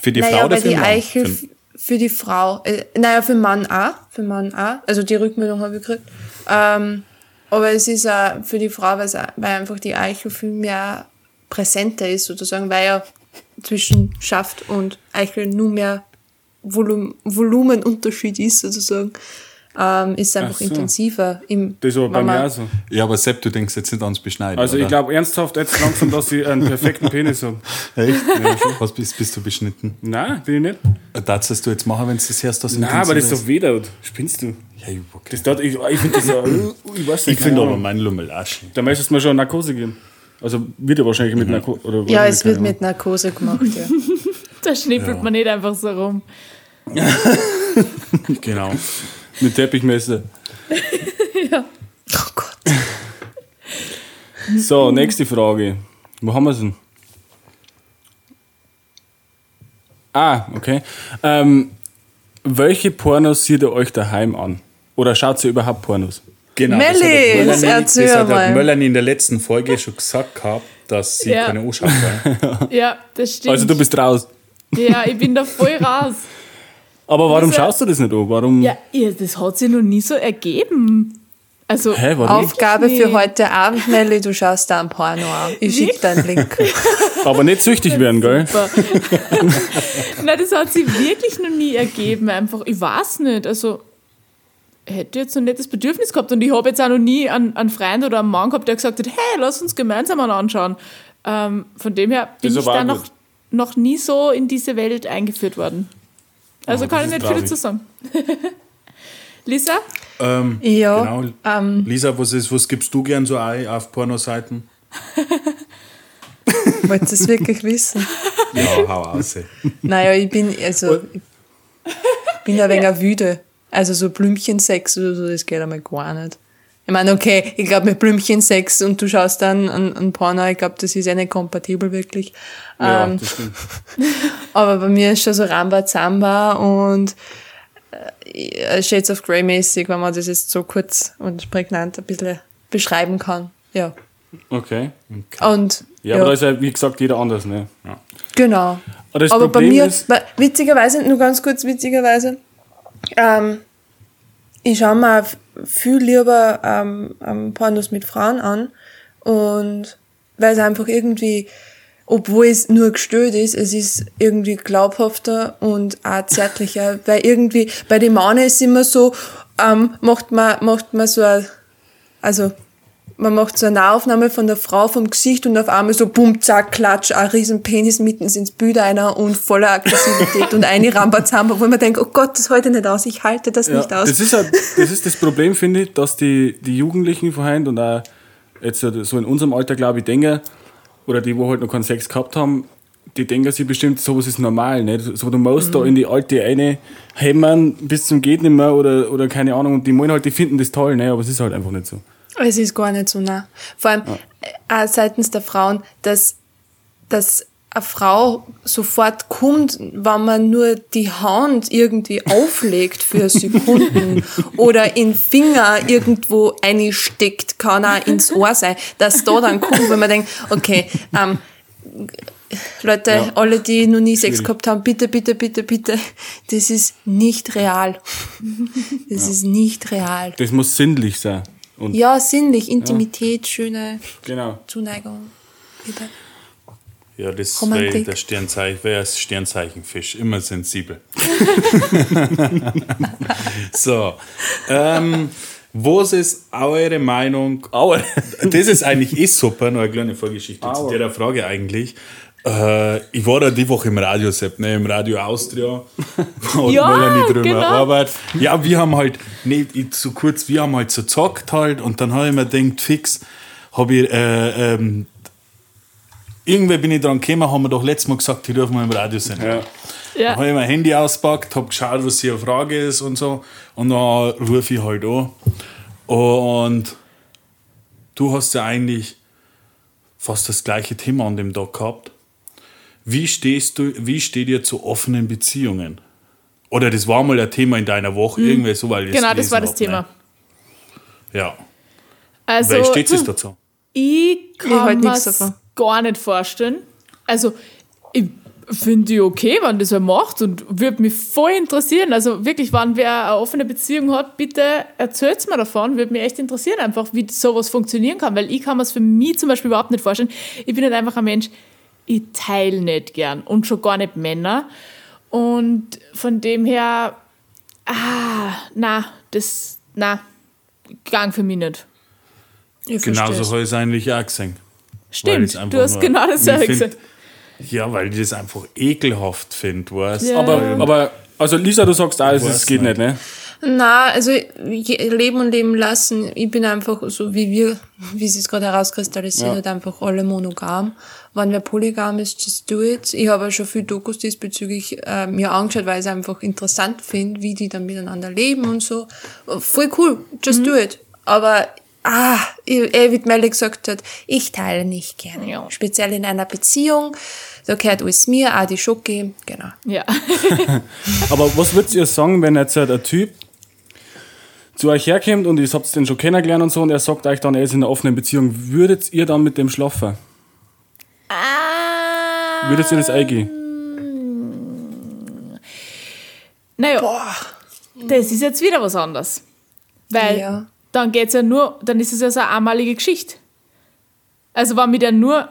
S2: Für die
S4: Naja,
S2: Frau
S4: weil
S2: dafür
S4: die Eichel f- für die Frau, äh, naja, für Mann auch, für Mann auch, also die Rückmeldung habe ich gekriegt. Ähm, aber es ist auch für die Frau, weil's auch- weil einfach die Eichel viel mehr präsenter ist, sozusagen, weil ja zwischen Schaft und Eichel nur mehr Volum Volumenunterschied ist, sozusagen, ähm, ist einfach
S1: Ach so.
S4: intensiver. Im,
S1: Das war bei
S4: wenn
S1: mir
S4: man-
S1: auch so.
S2: Ja, aber Sepp, du denkst jetzt nicht ans Beschneiden.
S1: Also,
S2: oder?
S1: ich glaube ernsthaft jetzt langsam, dass ich einen perfekten Penis habe.
S2: Echt? Ja, schon. Was bist, bist du beschnitten? Äh,
S1: Nein, bin ich nicht.
S2: Das hast du jetzt machen, wenn du das hörst, dass
S1: Nein, aber das ist doch weh dort. Spinnst du?
S2: Ja, ich- okay.
S1: Das dort, ich, ich finde das ja, <laughs> ich weiß nicht. genau.
S2: Ich finde aber
S1: mal.
S2: meinen Lümmel Asche.
S1: Da möchtest du mal schon Narkose gehen. Also wird er wahrscheinlich mit Narkose. Oder
S4: Ja,
S1: wahrscheinlich,
S4: es wird
S1: keine
S4: mit Narkose gemacht, ja.
S3: Da schnippelt man nicht einfach so rum.
S2: Genau.
S1: Ahnung. mit Teppichmesser.
S4: <laughs> Oh Gott.
S1: So, nächste Frage. Wo haben wir es denn? Ah, okay. Ähm, welche Pornos seht ihr euch daheim an? Oder schaut ihr überhaupt Pornos?
S2: Genau,
S4: Melli,
S2: das hat, der Melanie,
S4: erzähl
S2: das hat der
S4: mal.
S2: Melanie in der letzten Folge <laughs> schon gesagt gehabt, dass sie
S3: Ja.
S2: keine anschauen
S4: <laughs>
S2: kann.
S3: Ja, das stimmt.
S1: Also du bist raus.
S3: ja, ich bin
S2: <laughs>
S3: da voll raus.
S1: Aber warum
S3: Also-
S1: schaust du das nicht an? Warum?
S3: Ja, ihr, das hat sich noch nie so ergeben. Also,
S1: Hä, warum?
S4: Aufgabe
S3: Wirklich
S4: für
S3: nicht.
S4: heute Abend, Melli, du schaust da am Porno an. Ich schicke dir einen Link.
S1: Aber nicht süchtig werden,
S3: <laughs>
S1: gell?
S3: super. Nein, das hat sich wirklich noch nie ergeben. Einfach, ich weiß nicht. Also, ich hätte jetzt noch nicht das Bedürfnis gehabt. Und ich habe jetzt auch noch nie einen, einen Freund oder einen Mann gehabt, der gesagt hat: hey, lass uns gemeinsam einen anschauen. Ähm, von dem her bin
S1: Das ist
S3: ich
S1: aber
S3: da
S1: auch
S3: noch,
S1: gut.
S3: noch nie so in diese Welt eingeführt worden. Also
S1: Oh,
S3: kann
S1: das
S3: ich
S1: ist
S3: nicht viel
S1: traurig.
S3: dazu sagen. <laughs> Lisa?
S2: Ähm,
S4: Ja,
S2: genau.
S4: ähm.
S2: Lisa, was, ist, was gibst du gern so ein auf Pornoseiten?
S4: Wolltest du es wirklich wissen?
S2: Ja, hau aus. ey.
S4: Naja, ich bin, also, ich bin ein wenig wüde. Also so Blümchensex oder so, das geht einmal gar nicht. Ich meine, okay, ich glaube mit Blümchensex und du schaust dann an, an Porno, ich glaube, das ist eh nicht kompatibel wirklich.
S1: Ja,
S4: ähm,
S1: das stimmt.
S4: <laughs> aber bei mir ist schon so Ramba Zamba und äh, Shades of Grey mäßig, wenn man das jetzt so kurz und prägnant ein bisschen beschreiben kann. Ja.
S1: Okay.
S4: Und
S1: Ja, aber da ist ja, wie gesagt, jeder anders, ne?
S4: Genau.
S1: Aber das
S4: Aber
S1: Problem
S4: bei mir,
S1: ist-
S4: bei- witzigerweise, nur ganz kurz, witzigerweise, ähm, ich schaue mir f- viel lieber ähm, ähm, Pornos mit Frauen an und weil es einfach irgendwie, obwohl es nur gestört ist, es ist irgendwie glaubhafter und auch
S1: <laughs>
S4: zärtlicher, weil irgendwie bei den Männern ist immer so, ähm, macht man, macht man so ein also man macht so eine Nahaufnahme von der Frau vom Gesicht und auf einmal so bumm, zack, klatsch, ein riesen Penis mitten ins Bild einer und voller Aggressivität und
S1: <laughs>
S4: eine Rambazamba, wo man denkt, oh Gott, das halte ich nicht aus, ich halte das
S1: Ja,
S4: nicht aus.
S1: Das ist, halt, das ist das Problem, finde ich, dass die, die Jugendlichen vorhin und auch jetzt halt so in unserem Alter, glaube ich, denken, oder die, wo halt noch keinen Sex gehabt haben, die denken sich bestimmt, sowas ist normal. Nicht? So, du musst
S4: Mhm.
S1: da in die alte eine hämmern bis zum geht nicht mehr oder, oder keine Ahnung. Und die meinen halt, die finden das toll, ne? aber es ist halt einfach nicht so.
S4: Es ist gar nicht so nah. Vor allem äh, auch seitens der Frauen, dass, dass eine Frau sofort kommt, wenn man nur die Hand
S1: <laughs>
S4: irgendwie auflegt für Sekunden oder in Finger irgendwo einsteckt, kann auch ins Ohr sein, dass da dann kommt, wenn man denkt, okay, ähm, Leute,
S1: Ja.
S4: alle, die noch nie Sex
S1: Schwierig.
S4: gehabt haben, bitte, bitte, bitte, bitte, das ist nicht real. Das ist nicht real.
S1: Das muss sinnlich sein. Und
S4: Ja, sinnlich, Intimität, schöne
S1: Genau.
S4: Zuneigung. Bitte.
S2: Ja, das
S4: Romantik.
S2: wäre der Sternzeichen, wäre das Sternzeichen Fisch, immer sensibel. so, ähm, was ist eure Meinung? Das ist eigentlich eh super, noch eine kleine Vorgeschichte zu
S1: Aua.
S2: der Frage eigentlich. Äh, ich war da die Woche im Radio, Sepp, ne, im Radio Austria. Und
S3: Ja,
S2: weil er nicht drüber
S3: genau.
S2: arbeitet. Ja, wir haben halt, nee, ich, so kurz, wir haben halt so gezockt halt und dann habe ich mir gedacht, fix, habe ich, äh, ähm, irgendwer bin ich dran gekommen, haben wir doch letztes Mal gesagt, die dürfen wir im Radio sind.
S1: Ja.
S3: Ja.
S2: Dann habe ich mein Handy ausgepackt, habe geschaut, was hier eine Frage ist und so. Und dann rufe ich halt an. Und du hast ja eigentlich fast das gleiche Thema an dem Tag gehabt. Wie stehst du, wie steht ihr zu offenen Beziehungen? Oder das war mal ein Thema in deiner Woche, irgendwie so, weil ich
S3: Genau, das
S2: gelesen
S3: war das
S2: hab,
S3: Thema.
S2: Ne? Ja.
S3: Also,
S2: Weil steht es dazu?
S3: Ich
S4: Ich
S3: kann
S4: halt
S3: mir
S4: nix
S3: es
S4: davon.
S3: gar nicht vorstellen. Also, ich finde ich okay, wenn das wer macht und würde mich voll interessieren. Also wirklich, wenn wer eine offene Beziehung hat, bitte erzählt mir davon. Würde mich echt interessieren, einfach wie sowas funktionieren kann, weil ich kann mir es für mich zum Beispiel überhaupt nicht vorstellen. Ich bin halt einfach ein Mensch, ich teile nicht gern und schon gar nicht Männer. Und von dem her, ah, na, das, na, gang für mich nicht.
S4: Ich
S2: Genauso habe ich es eigentlich auch gesehen. Weil
S3: Stimmt,
S2: es einfach
S3: du hast
S2: nur-
S3: genau dasselbe
S2: Ich find-
S3: gesagt.
S2: Ja, weil ich das einfach ekelhaft finde, weißt
S3: Ja.
S1: Aber, aber, also Lisa, du sagst auch, es ist-
S2: Weiß
S1: geht
S2: nicht.
S1: nicht, ne?
S4: Na, also je- leben und leben lassen. Ich bin einfach so wie wir, wie sie es gerade herauskristallisiert
S1: Ja.
S4: hat, einfach alle monogam. Wenn wer polygam ist, just do it. Ich habe auch schon viel Dokus diesbezüglich äh, mir angeschaut, weil ich es einfach interessant finde, wie die dann miteinander leben und so. Voll cool, just do it. Aber Ah, eh, wie die Melli gesagt hat, ich teile nicht gerne.
S3: Ja.
S4: Speziell in einer Beziehung. Da gehört alles mir, auch die Schoki. Genau.
S3: Ja. <laughs>
S1: Aber was würdet ihr sagen, wenn jetzt halt ein Typ zu euch herkommt und ihr habt den schon kennengelernt und so und er sagt euch dann, er ist in einer offenen Beziehung, würdet ihr dann mit dem schlafen? Würdet ihr das
S4: Ähm,
S1: eingehen?
S3: Naja, das ist jetzt wieder was anderes. Weil
S4: Ja.
S3: dann geht's ja nur, dann ist es ja so eine einmalige Geschichte. Also wenn mich der nur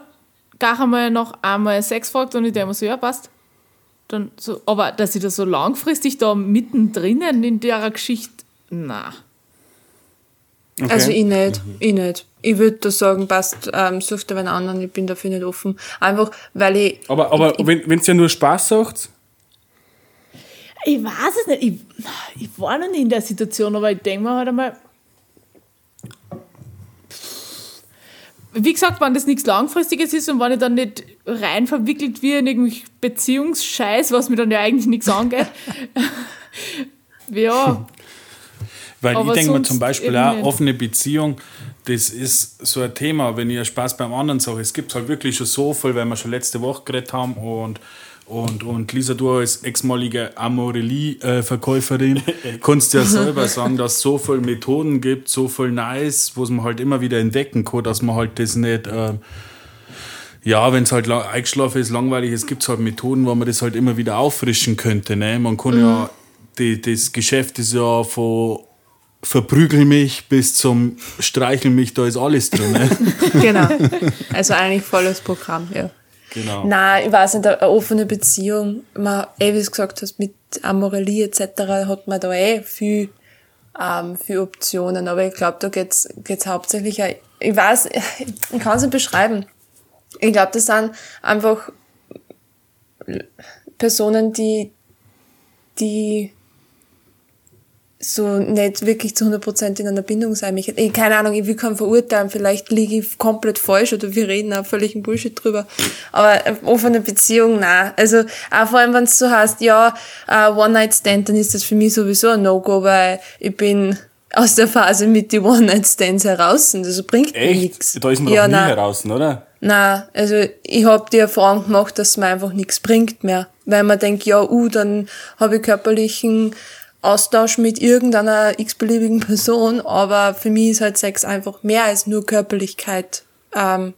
S3: gar einmal noch einmal Sex fragt und ich denke mir so, ja, passt. Dann so, aber dass ich da so langfristig da mittendrin in der Geschichte, na.
S4: Also ich nicht, ich nicht. Ich würde da sagen, passt, ähm, sucht dir einen anderen, ich bin dafür nicht offen. Einfach, weil ich,
S1: Aber, aber wenn es ja nur Spaß sagt,
S3: Ich weiß es nicht. Ich, ich war noch nie in der Situation, aber ich denke mir halt einmal. Wie gesagt, wenn das nichts Langfristiges ist und wenn ich dann nicht rein verwickelt wird in irgendwelchen Beziehungsscheiß, was mir dann ja eigentlich nichts angeht. <laughs> ja,
S2: Weil
S3: Aber
S2: ich denke mir
S3: sonst
S2: zum Beispiel
S3: eben
S2: auch,
S3: nicht.
S2: offene Beziehung, das ist so ein Thema, wenn ihr Spaß beim anderen sagt. Es gibt halt wirklich schon so viel, weil wir schon letzte Woche geredet haben und, und, und Lisa, du als ex-malige Amorelli-Verkäuferin kannst
S3: <laughs>
S2: ja selber sagen, dass es so viele Methoden gibt, so viel Nice, wo man halt immer wieder entdecken kann, dass man halt das nicht. ähm, ja, wenn es halt lang- eingeschlafen ist, langweilig ist, gibt es halt Methoden, wo man das halt immer wieder auffrischen könnte. Ne? Man kann
S3: Mhm.
S2: ja, die, das Geschäft ist ja von verprügel mich bis zum streichel mich, da ist alles drin. Ne?
S4: genau. Also eigentlich volles Programm, ja.
S2: genau.
S4: Nein, ich weiß nicht, eine offene Beziehung, man, eh, wie du gesagt hast, mit Amorelie etc. hat man da eh viel, ähm, viel Optionen. Aber ich glaube, da geht's geht's hauptsächlich auch ich weiß, <laughs> ich kann es nicht beschreiben. Ich glaube, das sind einfach Personen, die, die so nicht wirklich zu 100% in einer Bindung sein. Ich, ich, keine Ahnung, ich will keinen verurteilen, vielleicht liege ich komplett falsch oder wir reden auch völligen Bullshit drüber. Aber offene Beziehung, na Also auch vor allem, wenn es so heißt, ja, uh, One-Night-Stand, dann ist das für mich sowieso ein No-Go, weil ich bin aus der Phase mit die One-Night-Stands heraus und das bringt
S1: Echt?
S4: nichts.
S1: Da ist man
S4: ja,
S1: doch nie
S4: nein.
S1: heraus, oder?
S4: Na, also ich hab die Erfahrung gemacht, dass es mir einfach nichts bringt mehr. Weil man denkt, ja, uh, dann habe ich körperlichen Austausch mit irgendeiner x-beliebigen Person, aber für mich ist halt Sex einfach mehr als nur Körperlichkeit, ähm,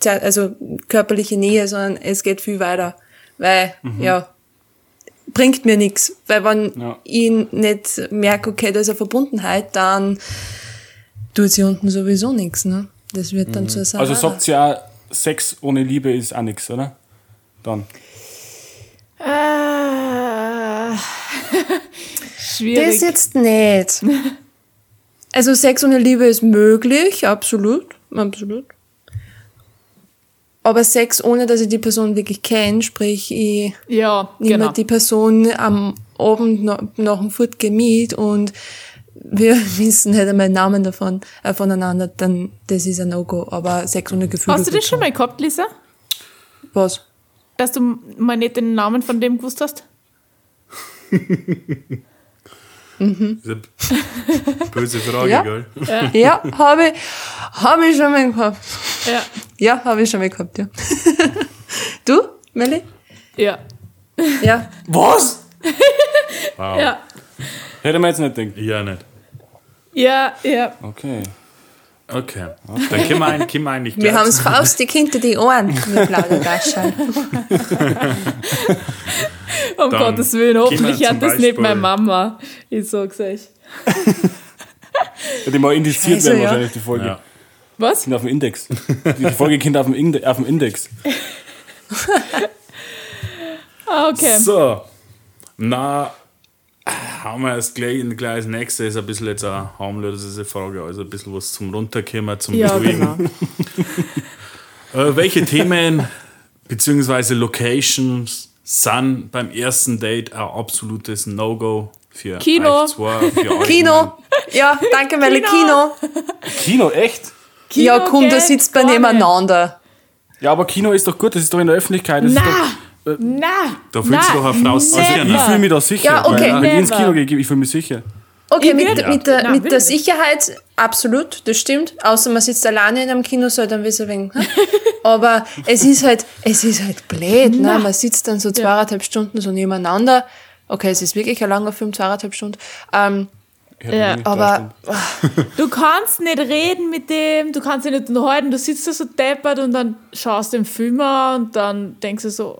S4: tja, also körperliche Nähe, sondern es geht viel weiter. Weil, ja, bringt mir nichts. Weil wenn
S1: Mhm. Ja.
S4: ich nicht merke, okay, da ist eine Verbundenheit, dann tut sie unten sowieso nichts, ne? Das wird dann zur Sache.
S1: Also sagt sie ja, Sex ohne Liebe ist auch nichts, oder? Dann.
S3: Äh,
S4: Das
S3: <laughs> schwierig.
S4: jetzt nicht. <laughs> Also Sex ohne Liebe ist möglich, absolut, absolut. Aber Sex ohne, dass ich die Person wirklich kenne, sprich ich
S3: Ja,
S4: nehme halt
S3: genau.
S4: die Person am Abend no- nach dem Fortgehen mit und wir <laughs> wissen nicht einmal den Namen davon, äh, voneinander, dann das ist ein No-Go. Aber Sex ohne Gefühle
S3: Hast du
S4: geht
S3: das schon mal gehabt, Lisa?
S4: Was?
S3: Dass du mal nicht den Namen von dem gewusst hast?
S2: <laughs> Diese böse Frage,
S4: Ja.
S2: gell?
S4: <laughs> Ja, habe ich, hab ich schon mal gehabt.
S3: Ja.
S4: Ja, habe ich schon mal gehabt, ja. <laughs> du, Melli?
S3: Ja.
S4: Ja,
S1: Was?
S2: Wow. Ja.
S3: Ja.
S1: Hätte man jetzt nicht gedacht.
S2: Ich auch nicht.
S3: Ja, ja.
S1: Okay.
S2: Okay. Dann können wir, ein, können wir eigentlich
S4: Wir
S2: gleich-
S4: haben es faustig hinter die Ohren, wir Plaudertaschen.
S2: Dann
S3: Um Gottes Willen,
S2: gehen
S3: hoffentlich
S2: wir zum
S3: hat das nicht
S2: Beispiel-
S3: meine Mama. Ich sag's euch.
S1: Hätte mal indiziert
S4: Scheiße,
S1: werden
S4: ja.
S1: wahrscheinlich die Folge.
S2: Ja.
S3: Was?
S1: Kind auf dem Index. Die Folge Kind auf dem, Inde auf dem Index.
S3: Ah, okay.
S2: So. Na, äh, haben wir es gleich, gleich als nächstes. Ist ein bisschen jetzt eine harmlose Frage, also ein bisschen was zum Runterkommen, zum
S3: ja,
S2: Beruhigen.
S3: genau.
S2: Äh, welche Themen bzw. Locations sind beim ersten Date ein absolutes No-Go für
S3: Kino.
S2: euch zwei, für euch
S4: Kino! Ja, danke, Melli, Kino!
S1: Kino, echt?
S3: Kino
S4: ja, komm, da
S3: geht
S4: sitzt man
S3: vorne.
S4: nebeneinander.
S1: Ja, aber Kino ist doch gut, das ist doch in der Öffentlichkeit. Das ist doch,
S3: Na! Na!
S2: Äh, Da fühlt sich doch eine Frau sicher.
S1: ich
S2: ne?
S1: fühle mich da sicher.
S4: Ja, okay.
S1: Weil, wenn ich ins
S3: Never.
S1: Kino gehe, ich fühle mich sicher.
S4: Okay,
S3: Ich
S4: mit,
S3: will-
S4: mit der,
S3: Nein,
S4: mit
S3: will
S4: der
S3: nicht.
S4: Sicherheit, absolut, das stimmt. Außer man sitzt alleine in einem Kino, so dann wissen wegen. hm? Aber es ist halt, es ist halt blöd, ne? Man sitzt dann so zweieinhalb Stunden so nebeneinander. Okay, es ist wirklich ein langer Film, zweieinhalb Stunden. Ähm,
S1: Hätte
S3: Ja,
S1: mich nicht
S4: aber
S1: gedacht.
S3: Du kannst nicht reden mit dem, du kannst dich nicht unterhalten, du sitzt da so deppert und dann schaust den Film an und dann denkst du so,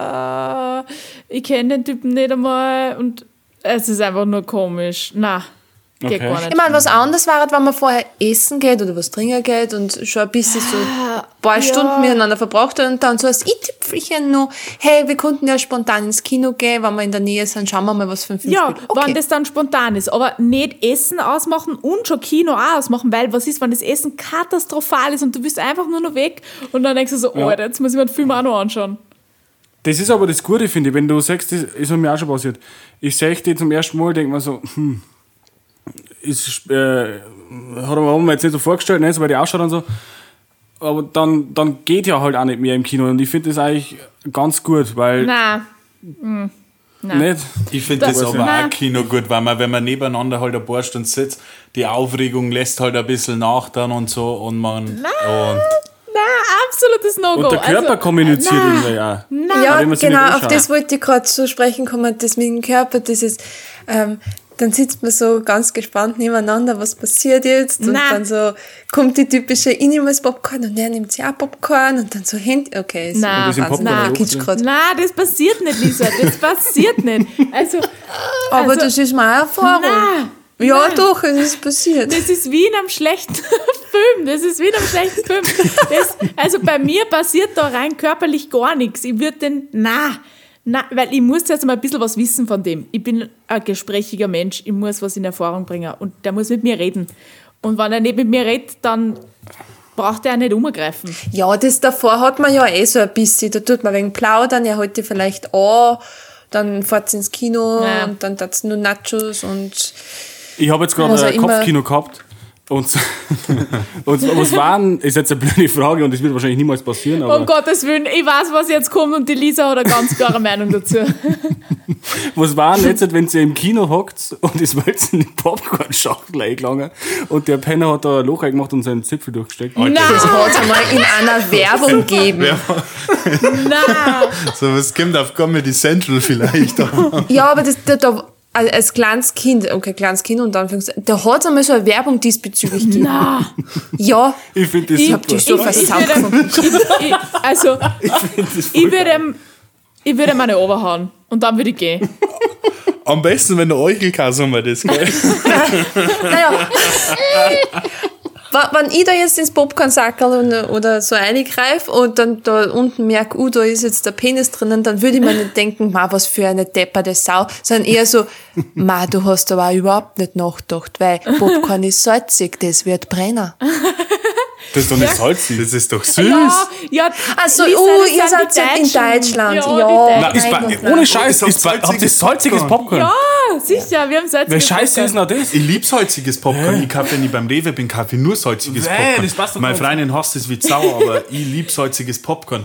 S3: Alter, ich kenne den Typen nicht einmal und es ist einfach nur komisch. Na,
S1: Okay.
S3: geht gar
S4: Ich
S3: nicht.
S4: meine, was anderes wäre, wenn man vorher essen geht oder was trinken geht und schon ein bisschen so ein paar Stunden miteinander verbraucht hat und dann so als i-Tüpfelchen nur, hey, wir konnten ja spontan ins Kino gehen, wenn wir in der Nähe sind, schauen wir mal, was für ein Film
S3: Ja,
S4: spielt.
S3: wenn das dann spontan ist. Aber nicht Essen ausmachen und schon Kino auch ausmachen, weil was ist, wenn das Essen katastrophal ist und du bist einfach nur noch weg und dann denkst du so, Alter, jetzt muss ich mir den Film auch noch anschauen.
S1: Das ist aber das Gute, finde ich. Wenn du sagst, das ist mir auch schon passiert. Ich sehe die zum ersten Mal, denke mir so, hm, ist, äh, hat man mir jetzt nicht so vorgestellt, ne, so weil die ausschaut und so. Aber dann, dann geht ja halt auch nicht mehr im Kino. Und ich finde das eigentlich ganz gut, weil
S3: Na,
S1: nicht.
S2: Ich finde das
S3: Da-
S2: aber
S3: Nein.
S2: auch Kino gut, weil man, wenn man nebeneinander halt ein paar Stunden sitzt, die Aufregung lässt halt ein bisschen nach dann und so und man. Und
S3: na, absolutes No-Go.
S1: Und der Körper
S3: also,
S1: kommuniziert
S3: na.
S1: irgendwie auch.
S4: Ja,
S1: Wenn man sich nicht
S4: genau, auf
S1: anschaut.
S4: das wollte ich gerade zu sprechen kommen, das mit dem Körper, das ist, ähm, dann sitzt man so ganz gespannt nebeneinander, was passiert jetzt? Und
S3: Nein.
S4: dann so kommt die typische, ich nehme das Popcorn und der nimmt sich auch Popcorn und dann so Hände, okay, so
S3: Nein, Und das
S1: im Popcorn
S4: Wahnsinn,
S1: auch
S4: Kitsch
S1: drin.
S3: ne?
S4: grad.
S3: Also, Na, das passiert nicht, Lisa. Das passiert nicht. Also,
S4: Aber
S3: also,
S4: das ist meine Erfahrung.
S3: Nein,
S4: ja,
S3: nein.
S4: doch, es ist passiert.
S3: das ist wie in einem schlechten <laughs> Film. Das ist wie in einem schlechten Film. Das, also bei mir passiert da rein körperlich gar nichts. Ich würde den, na, na, weil ich muss jetzt mal ein bisschen was wissen von dem. Ich bin ein gesprächiger Mensch. Ich muss was in Erfahrung bringen und der muss mit mir reden. Und wenn er nicht mit mir redet, dann braucht er auch nicht umgreifen.
S4: Ja, das davor hat man ja eh so ein bisschen. Da tut man wegen plaudern, ja, heute vielleicht an, dann fahrt ins Kino
S3: Ja.
S4: und dann tat's nur Nachos und
S1: Ich habe jetzt gerade
S4: Also
S1: ein
S4: immer-
S1: Kopfkino gehabt. Und, <laughs> und was waren, ist jetzt eine blöde Frage und das wird wahrscheinlich niemals passieren,
S4: Oh
S1: aber
S3: Um Gottes Willen, ich weiß, was jetzt kommt und die Lisa hat eine ganz klare Meinung dazu.
S1: was waren jetzt, wenn ihr im Kino hockt und es wollt in die Popcorn-Schachtel eingelangen und der Penner hat da ein Loch reingemacht und seinen Zipfel durchgesteckt?
S4: das
S3: Nein,
S4: hat's einmal in <laughs> einer Werbung gegeben.
S3: nein.
S5: So was kommt auf Comedy Central vielleicht. aber-
S4: Ja, aber das, da, da, also als kleines Kind, okay, kleines Kind und Anführungszeichen, da hat's einmal so eine Werbung diesbezüglich gegeben.
S3: Nein.
S4: Ja,
S1: Ich finde das
S4: ich hab
S1: super.
S4: die so
S3: Ich- ich
S4: versaut
S3: würde-
S4: gefunden.
S3: Ich- ich- Also, ich würde ihm, ich würde ihm eine overhauen und dann würde ich gehen.
S2: <laughs> Am besten, wenn der Euchel kann, sagen wir das,
S5: <laughs>
S2: gell?
S4: Naja. Wa- Wenn ich da jetzt ins Popcorn-Sackerl und- oder so reingreife und dann da unten merke, uh, da ist jetzt der Penis drinnen, dann würde ich mir nicht denken, ma, was für eine depperte Sau, sondern eher so, ma, du hast aber auch überhaupt nicht nachgedacht, weil Popcorn ist salzig, das wird brennen.
S3: Ah,
S2: Das ist doch nicht salzig.
S5: Das ist doch süß.
S3: Ja, ja.
S4: Also,
S3: Lisa,
S4: uh,
S3: das
S4: ihr
S3: sind
S4: seid
S3: die
S4: ja in
S3: Deutschen.
S4: Deutschland. Ja,
S3: die
S1: Nein,
S3: Deutschen.
S1: ist
S4: Nein,
S1: bei,
S4: nein.
S1: ohne Scheiß,
S5: Das ist
S1: ist bei, habt ihr
S5: salziges
S1: salziges Popcorn? Ja.
S3: Ah, sicher, wir haben Salz.
S1: Wer scheiße ist denn das?
S5: Ich lieb salziges Popcorn. Ich kaufe, wenn ich beim Rewe bin, kaufe ich nur salziges
S1: Wäh,
S5: Popcorn.
S1: das passt doch
S5: Meine
S1: gar nicht.
S5: Freundin hasst es wie Sau, aber <laughs> ich lieb salziges Popcorn.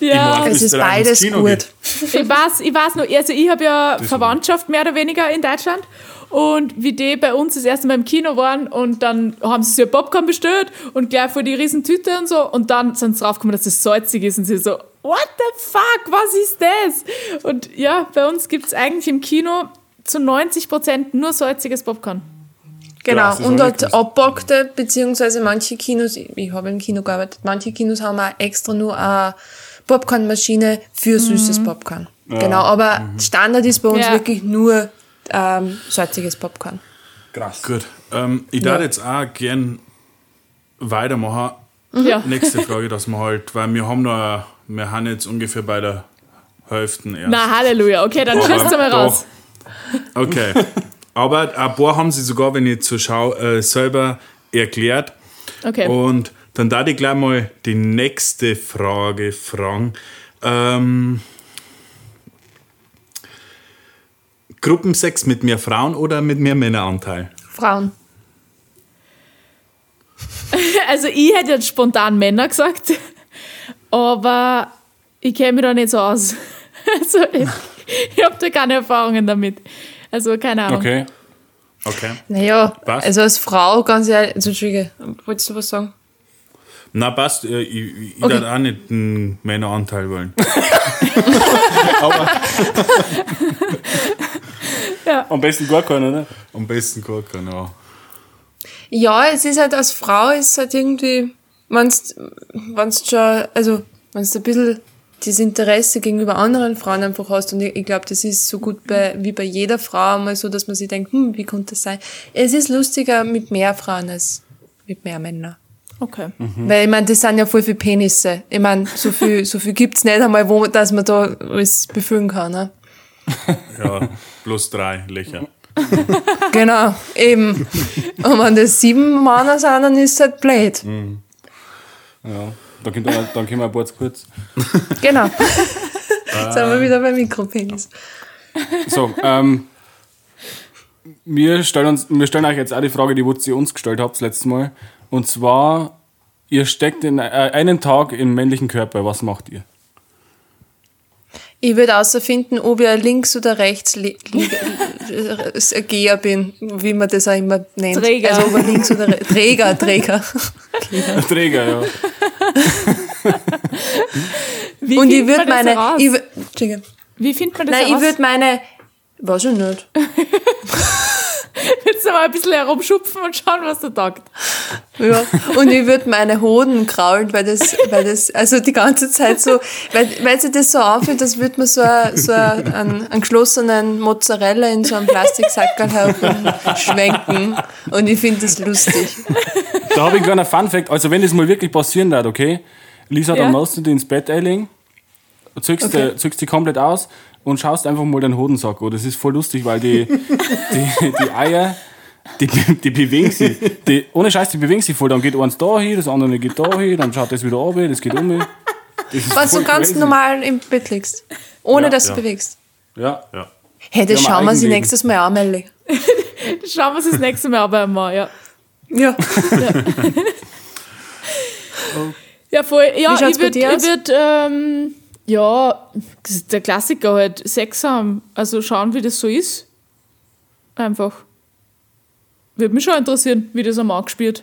S3: Ja.
S5: Ich mag
S4: Es ist
S5: Österreich ins
S4: beides
S5: Kino
S4: gut.
S3: ich weiß, ich weiß noch, also ich habe ja Verwandtschaft mehr oder weniger in Deutschland. Und wie die bei uns das erste Mal im Kino waren und dann haben sie sich Popcorn bestellt und gleich vor die riesen Tüte und so. Und dann sind sie draufgekommen, dass es salzig ist und sie so, what the fuck, was ist das? Und ja, bei uns gibt es eigentlich im Kino zu 90% nur salziges Popcorn.
S4: Genau,
S2: das ist
S4: und
S2: auch
S4: dort abpackte, beziehungsweise manche Kinos, ich- ich habe im Kino gearbeitet, manche Kinos haben auch extra nur eine Popcornmaschine für süßes Popcorn. Genau, aber Standard ist bei uns
S3: Ja.
S4: wirklich nur ähm, salziges Popcorn.
S2: Krass. Gut. Ähm, ich darf
S4: Ja.
S2: jetzt auch gern weitermachen.
S3: Ja.
S2: Nächste Frage, dass wir halt, weil wir haben noch, wir haben jetzt ungefähr bei der Hälfte erst.
S3: Na, Halleluja. Okay, dann schießt mal
S2: Doch.
S3: raus.
S2: Okay. Aber ein paar haben sie sogar, wenn ich zuschaue, äh, selber erklärt.
S3: Okay.
S2: Und dann darf ich gleich mal die nächste Frage fragen. Ähm, Gruppensex mit mehr Frauen oder mit mehr Männeranteil?
S4: Frauen.
S3: <laughs> Also ich hätte jetzt spontan Männer gesagt, aber ich kenne mich da nicht so aus. <laughs> Also ich, ich habe da keine Erfahrungen damit. Also keine Ahnung.
S1: Okay.
S2: Okay.
S4: Naja,
S2: Was?
S4: also als Frau, ganz ehrlich, also, Entschuldige, wolltest du was sagen?
S2: Na passt, äh, ich, ich
S4: Okay.
S2: darf auch nicht einen Männeranteil wollen.
S1: Am besten gar keiner, ne?
S5: Am besten Gurken, ja.
S4: Ja, es ist halt als Frau ist halt irgendwie, wenn's, wenn's schon, also wenn's ein bisschen das Interesse gegenüber anderen Frauen einfach hast und ich, ich glaube, das ist so gut bei, wie bei jeder Frau einmal so, dass man sich denkt, hm, wie konnte das sein? Es ist lustiger mit mehr Frauen als mit mehr Männern.
S3: Okay.
S4: Weil ich meine, das sind ja voll viele Penisse. Ich meine, so viel, so viel gibt's nicht einmal, wo, dass man da alles befüllen kann. Ne?
S2: Ja, plus drei Löcher.
S4: Genau, eben. Und wenn das sieben Männer sind, dann ist es halt blöd.
S1: Ja. Dann kommt aber- dann kommen wir ein paar zu kurz.
S4: Genau. <laughs> Jetzt sind wir wieder beim Mikropenis.
S1: So, ähm, wir, stellen uns, wir stellen euch jetzt auch die Frage, die ihr uns gestellt habt letztes Mal. Und zwar, ihr steckt in, äh, einen Tag im männlichen Körper. Was macht ihr? <laughs>
S4: Ich würde herausfinden, ob ich ein links- oder rechts li- li- äh, Geher bin, wie man das auch immer nennt.
S3: Träger.
S4: Also ob ich links oder re- Träger, Träger.
S1: Träger, ja.
S3: Wie
S4: Und ich
S3: findet
S4: würde
S3: man das
S4: meine.
S3: heraus?
S4: Ich, wür- Entschuldige.
S3: Wie findet man das
S4: Nein, ich
S3: heraus?
S4: würde meine. Weiß ich nicht.
S3: <laughs> jetzt mal ein bisschen herumschupfen und schauen, was da taugt.
S4: Ja. <laughs> Und ich würde meine Hoden kraulen, weil das, weil das, also die ganze Zeit so, weil, weil sich das so anfühlt, als würde man so, ein, so ein- einen, einen geschlossenen Mozzarella in so einem Plastiksackerl herumschwenken. Und ich finde das lustig.
S1: Da habe ich gerne einen Fun-Fact. Also, wenn das mal wirklich passieren wird, okay? Lisa, dann
S3: Ja.
S1: machst du dich ins Bett eiling, zückst,
S4: Okay.
S1: okay. zückst die komplett aus und schaust einfach mal deinen Hodensack an. Das ist voll lustig, weil die, die, die Eier Die, die bewegen sich. Die, ohne Scheiß, die bewegen sich voll. Dann geht eins da hin, das andere geht da hin, dann schaut das wieder ab, das geht um.
S4: Wenn du ganz normal im Bett liegst. Ohne dass du bewegst.
S1: Ja,
S5: Ja.
S4: Hey, das
S1: Wir haben
S4: schauen wir uns
S1: Eigenleben.
S4: nächstes Mal an, Melli.
S3: Schauen wir uns das nächste Mal aber einmal, ja.
S4: Ja.
S3: Ja, voll. Ja,
S4: Wie schaut's
S3: ich
S4: bei
S3: würde,
S4: dir aus?
S3: würd, ähm, ja, das ist der Klassiker halt, Sex haben. Also schauen, wie das so ist. Einfach. Würde mich schon interessieren, wie das am Markt spielt.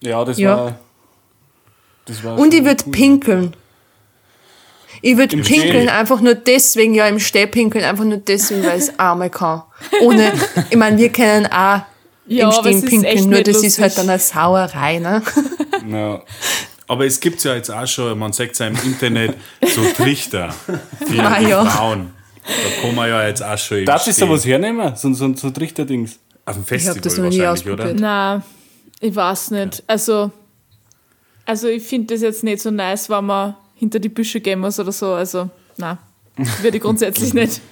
S1: Ja, das
S4: Ja.
S1: war. Das war
S4: Und
S1: schon
S4: ich würde
S1: cool.
S4: pinkeln. Ich würde
S1: Im Stehen.
S4: pinkeln einfach nur deswegen, ja, im Steh pinkeln, einfach nur deswegen, weil es einmal kann. Ohne, ich meine, wir können auch im
S3: Ja, aber es
S4: Stehen
S3: ist
S4: pinkeln,
S3: echt
S4: nur
S3: nicht
S4: das ist halt
S3: lustig.
S4: dann eine Sauerei, ne?
S1: Ja.
S5: Aber es gibt ja jetzt auch schon, man sagt ja im Internet, so Trichter für
S4: Ah,
S5: die
S4: ja.
S5: Frauen. Da kann man ja jetzt auch schon im
S1: Darf ich
S5: Stehen.
S1: sowas hernehmen? So, so, so Trichterdings.
S5: Auf dem
S4: Ich
S5: Festival
S4: hab das noch nie
S5: wahrscheinlich, oder?
S4: ausprobiert.
S3: Na, ich weiß nicht. Also, also ich finde das jetzt nicht so nice, wenn man hinter die Büsche gehen muss oder so. Also, na, würde
S4: <laughs>
S3: ich grundsätzlich nicht.
S4: <laughs>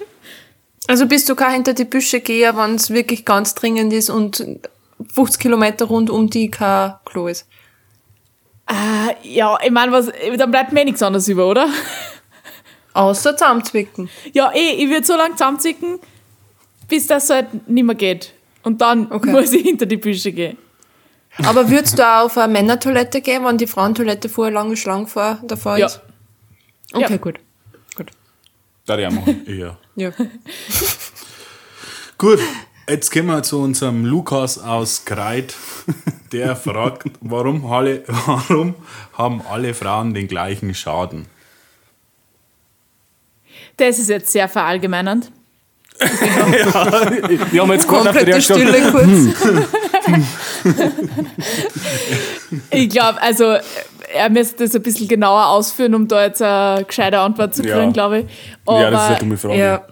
S4: Also bist du gar hinter die Büsche gehe, wenn es wirklich ganz dringend ist und 50 Kilometer rund um die kein Klo ist.
S3: Ja, ich meine, was, dann bleibt mir eh nichts anderes über, oder?
S4: Außer zusammenzwicken.
S3: Ja, eh, ich würde so lange zusammenzicken, bis das halt nicht mehr geht. Und dann
S4: Okay.
S3: muss ich hinter die Büsche gehen.
S4: Aber würdest du auch auf eine Männertoilette gehen, wenn die Frauentoilette vorher lange Schlange vor, davor
S3: Ja.
S4: ist? Okay,
S3: Ja.
S4: gut. Gut.
S1: Darf ich auch machen.
S5: Ja.
S4: Ja.
S5: Gut, jetzt gehen wir zu unserem Lukas aus Kreit. <laughs> Der fragt, warum, alle, warum haben alle Frauen den gleichen Schaden?
S3: Das ist jetzt sehr verallgemeinernd.
S1: Wir haben jetzt kurz auf die
S4: Komplette
S1: Reaktion.
S4: Stille kurz.
S3: Ich glaube, also äh, er müsste das ein bisschen genauer ausführen, um da jetzt eine gescheite Antwort zu
S1: Ja.
S3: kriegen, glaube ich. Aber
S1: Ja, das ist eine dumme Frage.
S4: Ja.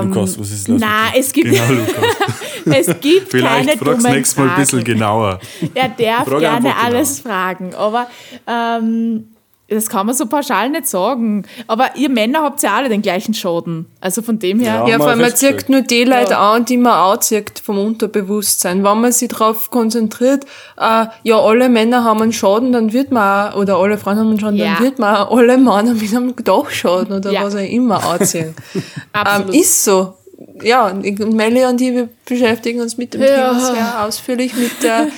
S1: Lukas, was ist los?
S3: Nein, es gibt,
S5: Genau, Lukas.
S3: <laughs> es gibt keine
S5: Vielleicht fragst du
S3: dummen
S5: nächstes Mal ein bisschen
S3: Fragen.
S5: genauer.
S3: Er darf
S5: Frage
S3: gerne
S5: einfach genau.
S3: alles fragen, aber ähm, das kann man so pauschal nicht sagen. Aber ihr Männer habt ja alle den gleichen Schaden. Also von dem her.
S1: Ja,
S4: Ja, vor
S1: mal
S4: allem, man
S1: festgestellt.
S4: zieht nur die Leute
S3: Ja.
S4: an, die man anzieht vom Unterbewusstsein. Wenn man sich darauf konzentriert, äh, ja, alle Männer haben einen Schaden, dann wird man auch, oder alle Frauen haben einen Schaden,
S3: Ja.
S4: dann wird man auch alle Männer mit einem Dachschaden oder
S3: Ja.
S4: was auch immer
S3: <laughs>
S4: anziehen. ähm,
S3: Absolut.
S4: ist so. Ja, und ich- und Melli und ich, wir beschäftigen uns mit dem
S3: Ja.
S4: Thema sehr ausführlich mit der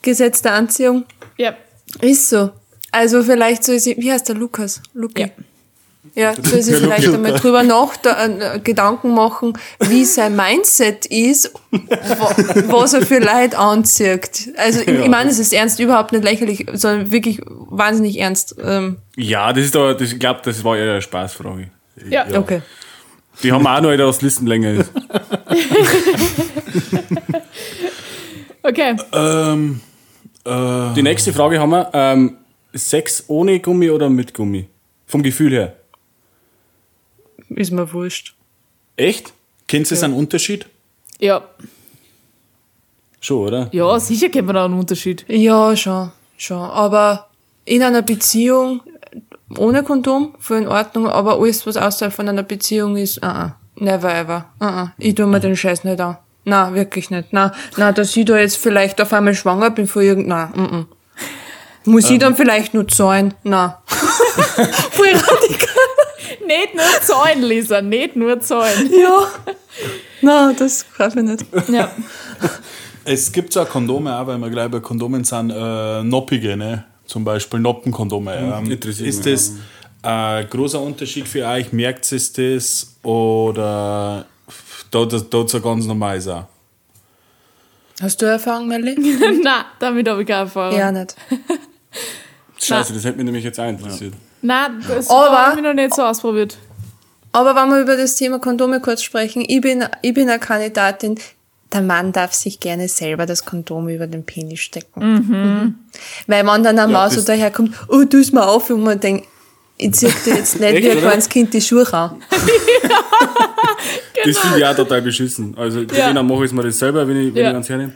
S4: Gesetz der Anziehung.
S3: ja.
S4: Ist so. Also vielleicht soll sie, wie heißt der Lukas? Luki.
S3: Ja.
S4: Ja, soll sich vielleicht einmal drüber nach da, äh, Gedanken machen, wie sein Mindset ist, wa- was er für Leid anzieht. Also ich, ich meine, es ist ernst, überhaupt nicht lächerlich, sondern wirklich wahnsinnig ernst. Ähm,
S1: Ja, das ist aber, das, ich glaube, das war eher eine Spaßfrage.
S3: Ja. ja.
S4: okay.
S1: Die haben auch noch eine, dass Listenlänge ist.
S3: Okay.
S5: Ähm, äh,
S1: Die nächste Frage haben wir: ähm, Sex ohne Gummi oder mit Gummi? Vom Gefühl her.
S4: Ist mir wurscht.
S1: Echt?
S5: kennst du einen Unterschied?
S3: Ja.
S1: Schon, oder?
S3: Ja, sicher kennt man da einen Unterschied. <laughs>
S4: Ja, schon, schon. Aber in einer Beziehung ohne Kondom, voll in Ordnung, aber alles, was außerhalb von einer Beziehung ist, uh never ever. Uh Ich tu mir den Scheiß nicht an. Na, wirklich nicht. Na, na, dass ich da jetzt vielleicht auf einmal schwanger bin von irgendeiner. Mm -mm. Muss ich
S5: Ähm.
S4: dann vielleicht nur zahlen?
S5: <laughs>
S4: Na. Voll radikal.
S3: Nicht nur zahlen, Lisa, nicht nur
S5: <laughs>
S3: zahlen.
S4: Ja. Na, das gefällt mir nicht.
S3: Ja.
S5: Es gibt zwar Kondome, auch weil wir gleich bei Kondomen sind, äh, noppige, ne? zum Beispiel Noppenkondome. Ähm,
S1: interessiert
S5: ist
S1: mich,
S5: das ein großer Unterschied für euch? Merkt es das? Oder da da, da so ganz normal ist auch?
S4: Hast du Erfahrung, Melli?
S3: Na, damit habe ich keine Erfahrung.
S4: Ja, nicht.
S1: Scheiße, das hätte mich nämlich jetzt auch interessiert.
S3: Nein, das
S4: Aber-
S3: habe ich noch nicht so ausprobiert.
S4: Aber wenn wir über das Thema Kondome kurz sprechen, ich bin, ich bin eine Kandidatin, der Mann darf sich gerne selber das Kondom über den Penis stecken. Mhm. Weil wenn dann eine Maus
S1: das-
S4: so daherkommt, oh, tu es mir auf, und man denkt, ich zieh dir
S1: <laughs>
S4: jetzt nicht
S1: Echt,
S4: wie ein
S1: oder?
S4: kleines Kind die Schuhe an.
S1: Das finde
S3: Genau.
S1: ich auch total beschissen. Also,
S3: Ja.
S1: wenn, dann mache ich mir das selber, wenn ich, wenn
S3: Ja.
S1: ich ganz hernehme.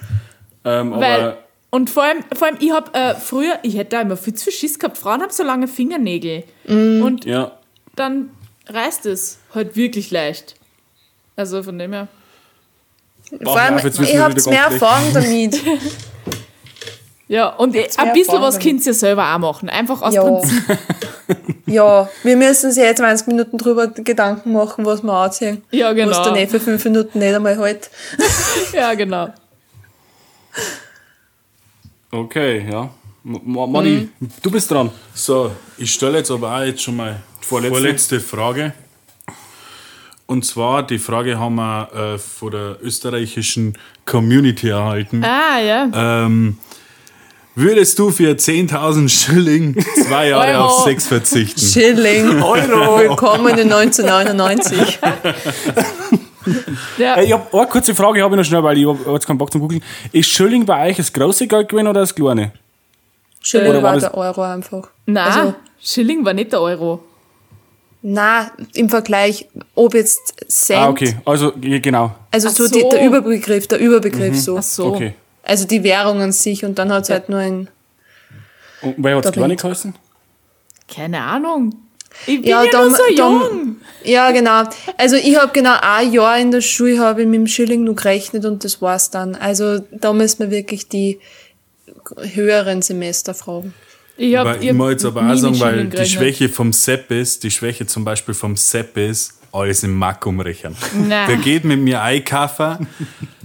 S1: Ähm,
S3: Weil,
S1: aber
S3: und vor allem, vor allem ich habe äh, früher, ich hätte da immer viel zu viel Schiss gehabt. Frauen haben so lange Fingernägel.
S5: Mm.
S3: Und
S1: ja,
S3: dann reißt es halt wirklich leicht. Also von dem her.
S5: Vor allem,
S1: auf, jetzt müssen
S5: ihr
S1: wir
S5: habt
S1: wieder
S5: mehr
S1: ganz <laughs>
S5: Erfahrung damit.
S3: Ja, und eh,
S5: mehr
S3: ein bisschen was
S5: Erfahrung.
S3: könnt ihr selber auch machen. Einfach aus
S5: Ja.
S3: Prinzip. <laughs>
S4: <laughs>
S5: Ja, wir müssen uns ja jetzt 20 Minuten drüber Gedanken machen, was wir anziehen.
S3: Ja, genau.
S5: Was dann eh für 5 Minuten nicht einmal halt.
S3: Ja, genau.
S1: Okay, ja. M- Ma- Manni,
S3: Mhm.
S1: du bist dran.
S2: So, ich stelle jetzt aber auch jetzt schon mal die vorletzte, vorletzte Frage. Und zwar, die Frage haben wir äh, von der österreichischen Community erhalten.
S3: Ah, ja.
S1: Äh.
S2: Ähm, würdest du für 10.000 Schilling zwei Jahre
S3: Euro.
S2: auf Sex verzichten?
S5: Schilling. Euro. Willkommen in 1999.
S3: ja.
S1: Äh, ich hab, eine kurze Frage habe ich noch schnell, weil ich hab jetzt keinen Bock zum Googeln. Ist Schilling bei euch das große Geld gewesen oder das kleine?
S5: Schilling
S1: Oder war
S5: war
S1: das-
S5: der Euro einfach.
S3: Nein,
S5: Also,
S3: Schilling war nicht der Euro.
S5: na, im Vergleich, ob jetzt Cent,
S1: Ah, okay. Also, ge- genau.
S5: also
S3: Ach
S5: so,
S3: so.
S5: Die, der Überbegriff, der Überbegriff
S1: Mhm.
S5: so.
S3: Ach so.
S1: Okay.
S5: Also die Währung an sich und dann hat es halt nur ein.
S1: Und wer hat das kleine
S5: Doppelt.
S1: geheißen?
S3: Keine Ahnung. Ich bin ja,
S5: Ja,
S3: nur
S5: dann-
S3: so
S5: dann-
S3: jung.
S5: Ja, genau. Also ich habe genau ein Jahr in der Schule habe ich mit dem Schilling nur gerechnet und das war's dann. Also da müssen wir wirklich die höheren Semester fragen.
S3: Ich, hab,
S2: Weil
S3: hab
S2: ich muss jetzt
S3: nie
S2: aber auch
S3: mit
S2: sagen, weil
S3: Schilling
S2: die
S3: gerechnet.
S2: Schwäche vom Sepp ist, die Schwäche zum Beispiel vom Sepp ist, alles im Mack umrechnen.
S3: Nein.
S2: Der geht mit mir einkaufen,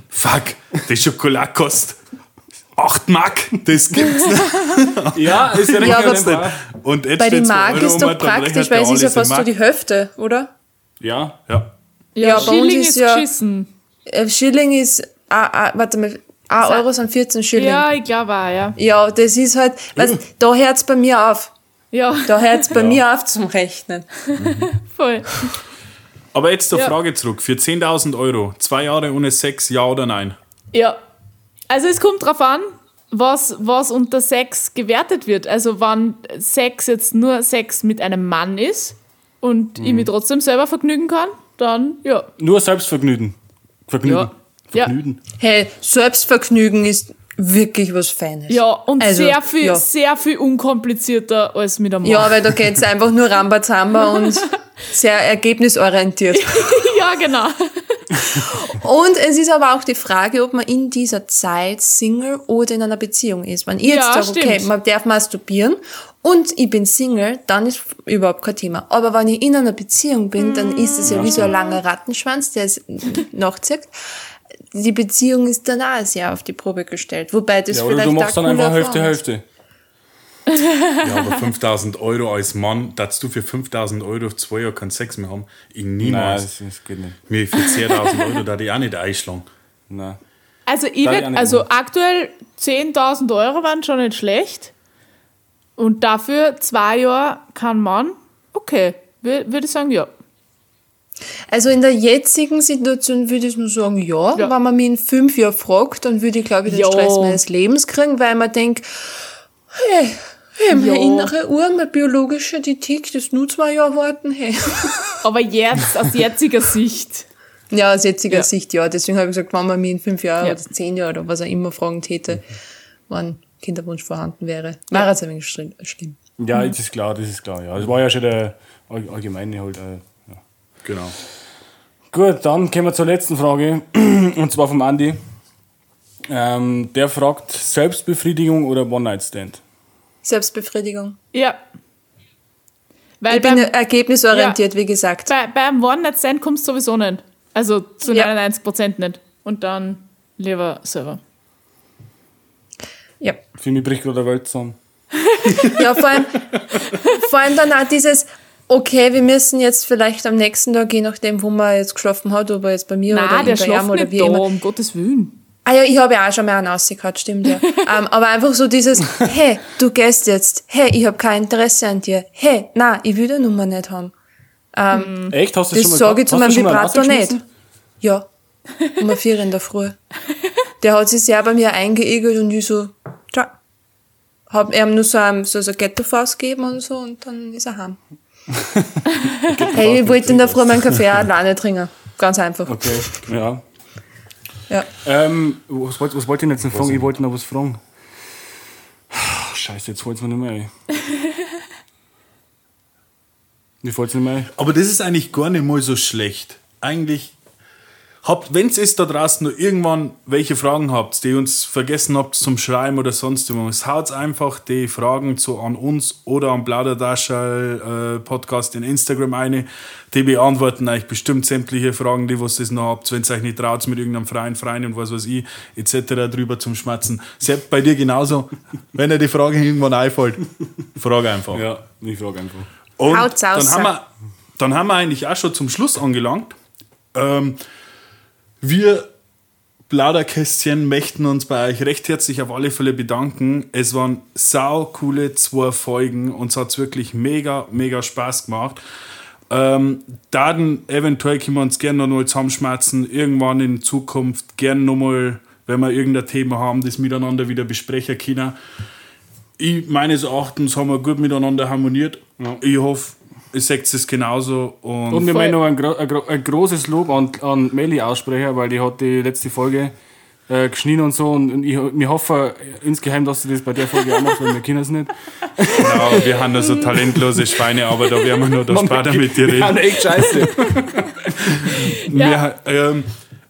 S2: fuck, die Schokolade kostet 8 Mark, das gibt's nicht.
S1: Ja, ist ja
S5: Ja, aber
S2: Das nicht. Und jetzt
S5: Bei den
S2: steht's zwei
S5: Mark
S2: Euro
S5: ist
S2: um,
S5: doch
S2: dann rechnet
S5: praktisch,
S2: der
S5: weil es ist ja
S2: alles im
S5: fast so
S2: Mark.
S5: die Hälfte, oder?
S1: Ja.
S2: Ja,
S3: Ja,
S5: Ja, bei uns
S3: Schilling
S5: ist
S3: ist
S5: ja-
S3: geschissen.
S5: Äh, Schilling ist, ah, ah, warte mal, 1 Euro sind 14 Schilling. Ja,
S3: Ja, ich glaube auch, ja.
S5: das ist halt, weißt, da hört's bei mir auf.
S3: Ja,
S5: Da hört's bei mir auf zum Rechnen.
S3: voll.
S2: aber jetzt zur
S3: Ja.
S2: Frage zurück. Für 10.000 Euro, zwei Jahre ohne Sex, ja oder
S5: <laughs>
S2: nein?
S3: Ja. Also es kommt drauf an, was, was unter Sex gewertet wird. Also wann Sex jetzt nur Sex mit einem Mann ist und ich mich trotzdem selber vergnügen kann, dann ja.
S1: Nur Selbstvergnügen. Vergnügen.
S3: Ja. Ja.
S1: Vergnügen.
S5: Hey, Selbstvergnügen ist wirklich was Feines.
S3: Ja, und
S5: Also,
S3: sehr viel,
S5: ja.
S3: sehr viel unkomplizierter als mit einem Mann. <laughs>
S5: Ja, weil da geht's einfach nur Rambazamba und sehr ergebnisorientiert.
S3: ja genau.
S5: Und es ist aber auch die Frage, ob man in dieser Zeit Single oder in einer Beziehung ist. Wenn ich jetzt
S3: Ja,
S5: sage, okay,
S3: stimmt.
S5: man darf masturbieren und ich bin Single, dann ist überhaupt kein Thema. Aber wenn ich in einer Beziehung bin,
S3: Mm.
S5: dann ist es ja, wie so ein langer Rattenschwanz, der es nachzieht. Die Beziehung ist dann auch sehr auf die Probe gestellt. Wobei das
S1: Ja, oder
S5: vielleicht
S1: du machst
S5: auch
S1: dann einfach
S5: cooler
S1: Hälfte,
S5: Erfahrung ist.
S1: Hälfte.
S2: Ja, aber 5.000 Euro als Mann, darfst du für 5.000 Euro zwei Jahre keinen Sex mehr haben? Ich
S1: Nein,
S2: niemals.
S1: das, das geht nicht.
S2: Mir für 10.000 Euro da die auch nicht einschlagen.
S1: Nein.
S3: Also ich
S1: Darf ich auch
S3: werd,
S1: nicht
S3: also
S1: machen.
S3: aktuell 10.000 Euro waren schon nicht schlecht. Und dafür zwei Jahre kann man, okay, wür- würde ich sagen, ja.
S5: Also in der jetzigen Situation würde ich nur sagen, ja.
S3: Ja.
S5: Wenn man mich in fünf Jahren fragt, dann würde ich, glaube ich, den
S3: Ja.
S5: Stress meines Lebens kriegen, weil man denkt, hey, hey
S3: Ja.
S5: meine innere Uhr, meine biologische, die tickt, das nur zwei Jahre warten, hey. <laughs>
S3: Aber jetzt,
S2: <laughs>
S3: aus jetziger Sicht.
S5: Ja, aus jetziger
S3: Ja.
S5: Sicht, ja. Deswegen habe ich gesagt, wenn man mich in fünf Jahren
S3: Ja.
S5: oder zehn Jahren oder was auch immer fragen täte, wann Kinderwunsch vorhanden wäre, wäre es ein wenig schlimm- schlimm.
S1: Ja,
S5: Hm.
S1: das ist klar, das ist klar. Ja, das war ja schon der all- allgemeine halt. Äh, ja.
S2: Genau.
S1: Gut, dann kommen wir zur letzten Frage. <clears throat> Und zwar vom Andi. Ähm, der fragt: Selbstbefriedigung oder One-Night-Stand?
S5: Selbstbefriedigung.
S3: Ja. Weil
S5: Ich bin
S3: beim,
S5: ergebnisorientiert, wie gesagt.
S3: bei, beim One-Night-Stand kommst du sowieso nicht. Also zu
S5: Ja.
S3: 99% nicht. Und dann lieber selber.
S5: Ja.
S1: Für mich bricht gerade der Welt zusammen.
S5: Ja, vor allem, vor allem dann auch dieses, okay, wir müssen jetzt vielleicht am nächsten Tag, je nachdem, wo man jetzt geschlafen hat, ob er jetzt bei mir oder
S3: Nein,
S5: in
S3: der
S5: der Jam
S3: schlaft
S5: oder
S3: nicht
S5: wie
S3: da,
S5: immer.
S3: um Gottes Willen. <laughs>
S5: Ah ja, ich habe ja auch schon mal einen ausgekaut, stimmt ja. Ähm, aber einfach so dieses, hey, du gehst jetzt, hey, ich habe kein Interesse an dir, Ähm, hey, na, ich will die Nummer nicht haben.
S3: Mhm.
S1: Echt? Hast du
S5: Das
S1: schon mal
S5: sage ich
S1: hast
S5: zu
S1: du
S5: meinem
S1: schon mal einen
S5: Vibrator nicht.
S1: rausgeschmissen?
S5: Ja, um eine vier in der Früh. Der hat sich sehr bei mir eingeegelt und ich so, ciao. Hab ihm nur so ein, so, so Ghetto-Faust gegeben und so und dann ist er heim. hey, ich wollte in der Früh meinen Kaffee auch alleine trinken. Ganz einfach.
S1: Okay, ja.
S5: Ja.
S1: Ähm, was wollte was wollt ich denn jetzt noch fragen? Ich wollte noch was fragen. Scheiße, jetzt fällt mir nicht mehr <laughs> ein. Mir fällt nicht mehr ein.
S2: Aber das ist eigentlich gar nicht mal so schlecht. Eigentlich Habt, wenn es da draußen noch irgendwann welche Fragen habt, die uns vergessen habt zum Schreiben oder sonst irgendwas, haut einfach die Fragen zu an uns oder am Blauderdascherl äh, Podcast in Instagram eine. Die beantworten euch bestimmt sämtliche Fragen, die was das noch habt, wenn es euch nicht traut, mit irgendeinem freien Freien und was weiß ich, etc. drüber zum Schmatzen. Sepp, bei dir genauso. wenn dir die Frage irgendwann einfällt, frag einfach.
S1: Ja, ich frage einfach.
S2: Und
S5: Haut's
S2: dann
S5: raus.
S2: haben, wir, dann haben wir eigentlich auch schon zum Schluss angelangt. Ähm, wir Plauderkästchen möchten uns bei euch recht herzlich auf alle Fälle bedanken. Es waren sau coole zwei Folgen. Uns hat es wirklich mega, mega Spaß gemacht. Ähm, dann eventuell können wir uns gerne noch mal zusammenschmerzen. Irgendwann in Zukunft gerne noch mal, wenn wir irgendein Thema haben, das miteinander wieder besprechen können ich, meines Erachtens haben wir gut miteinander harmoniert. Ich hoffe, ihr seht es genauso. Und,
S1: Und wir
S3: Voll.
S1: wollen noch ein, gro ein, gro ein großes Lob an, an Melli aussprechen, weil die hat die letzte Folge äh, geschnien und so. Und ich, ich hoffe insgeheim, dass du das bei der Folge auch machst, weil wir können es <laughs> nicht.
S2: genau, wir haben da so talentlose Schweine, aber da werden wir nur da später mit dir
S1: Ja,
S2: reden.
S1: echt Ah, scheiße. <laughs>
S2: Ja, ähm,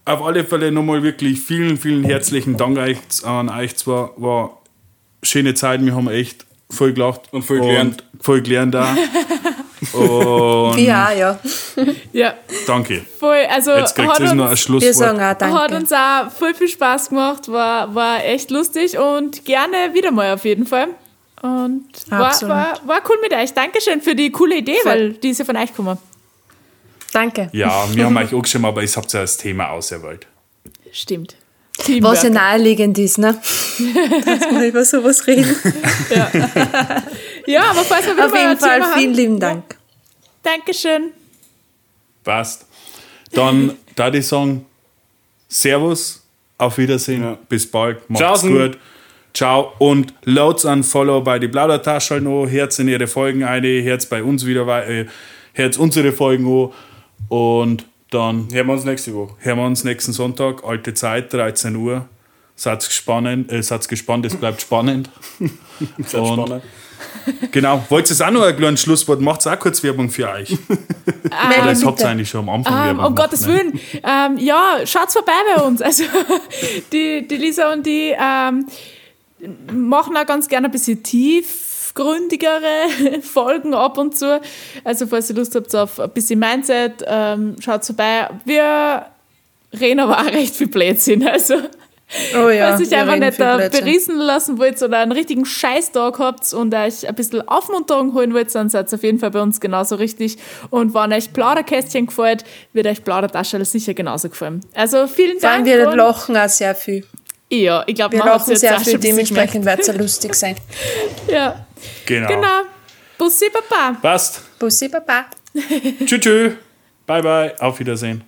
S2: auf alle Fälle nochmal wirklich vielen, vielen herzlichen Dank euch, an euch zwar. War schöne Zeit, wir haben echt voll gelacht.
S1: Und voll gelernt.
S2: Und voll gelernt da.
S5: Ja, ja.
S3: Ja,
S2: Danke.
S3: voll. Also
S2: Jetzt kriegt
S3: hat
S2: es noch ein
S3: uns-
S5: Wir
S2: Schlusswort.
S5: sagen auch
S3: Hat
S5: Danke.
S3: uns auch voll viel Spaß gemacht, war, war echt lustig und gerne wieder mal auf jeden Fall. Und war,
S5: Absolut.
S3: war, war cool mit euch. Dankeschön für die coole Idee,
S5: Voll.
S3: weil die ist ja von euch gekommen.
S5: Danke.
S2: Ja, wir haben euch auch schon mal, aber ich habt ja das Thema auserwählt.
S3: Stimmt.
S5: Was ja
S3: Teamwork.
S5: naheliegend ist, <laughs> ne? Dass wir über sowas reden.
S3: <laughs> Ja, aber falls wir wieder
S5: Auf
S3: mal ein
S5: jeden Fall
S3: Thema
S5: vielen
S3: haben.
S5: lieben Dank.
S3: Dankeschön.
S2: Passt.
S3: <laughs>
S2: Dann da ich sagen, Servus, auf Wiedersehen, bis bald, macht's
S1: Tschaußen.
S2: gut. Ciao und loads an Follow bei die Plaudertasche halt noch, Herz in ihre Folgen eine, Herz bei uns wieder, wei- äh, Herz unsere Folgen an und dann
S1: Hören wir uns nächste Woche.
S2: hören wir uns nächsten Sonntag, alte Zeit, 13 Uhr. Seid gespannt, äh, seid gespannt, es bleibt spannend. und
S1: spannend.
S2: genau, wollt ihr es auch noch ein kleines Schlusswort? Macht's auch kurz Werbung für euch.
S5: Melden
S2: Das habt ihr
S5: bitte.
S2: eigentlich schon am Anfang
S3: Ähm,
S2: Werbung
S3: um
S2: gemacht,
S3: Gottes
S2: ne?
S3: Willen. Ähm, ja, schaut's vorbei bei uns. Also <laughs> die, die Lisa und die ähm, machen auch ganz gerne ein bisschen tiefgründigere <laughs> Folgen ab und zu. Also falls ihr Lust habt auf ein bisschen Mindset, ähm, schaut vorbei. Wir reden aber auch recht viel Blödsinn. Also
S5: Oh ja.
S3: falls ihr
S5: wir
S3: einfach
S5: reden
S3: nicht
S5: viel
S3: äh,
S5: Blödsinn.
S3: berissen lassen wollt oder einen richtigen Scheißtag habt und euch ein bisschen Aufmunterung holen wollt, dann seid ihr auf jeden Fall bei uns genauso richtig. Und wenn euch Plauderkästchen gefällt, wird euch Plaudertasche sicher genauso gefallen. Also vielen
S5: Vor allem
S3: Dank.
S5: wir
S3: und-
S5: lachen auch sehr viel.
S3: Ja, ich glaube,
S5: Wir
S3: man hat's
S5: lachen
S3: jetzt
S5: sehr
S3: auch schon
S5: viel,
S3: ein bisschen
S5: dementsprechend wird es ja lustig sein.
S3: gemerkt. Ja, genau. Bussi, Baba.
S2: Passt.
S5: Bussi, Baba.
S2: Tschüss. Bye bye. Auf Wiedersehen.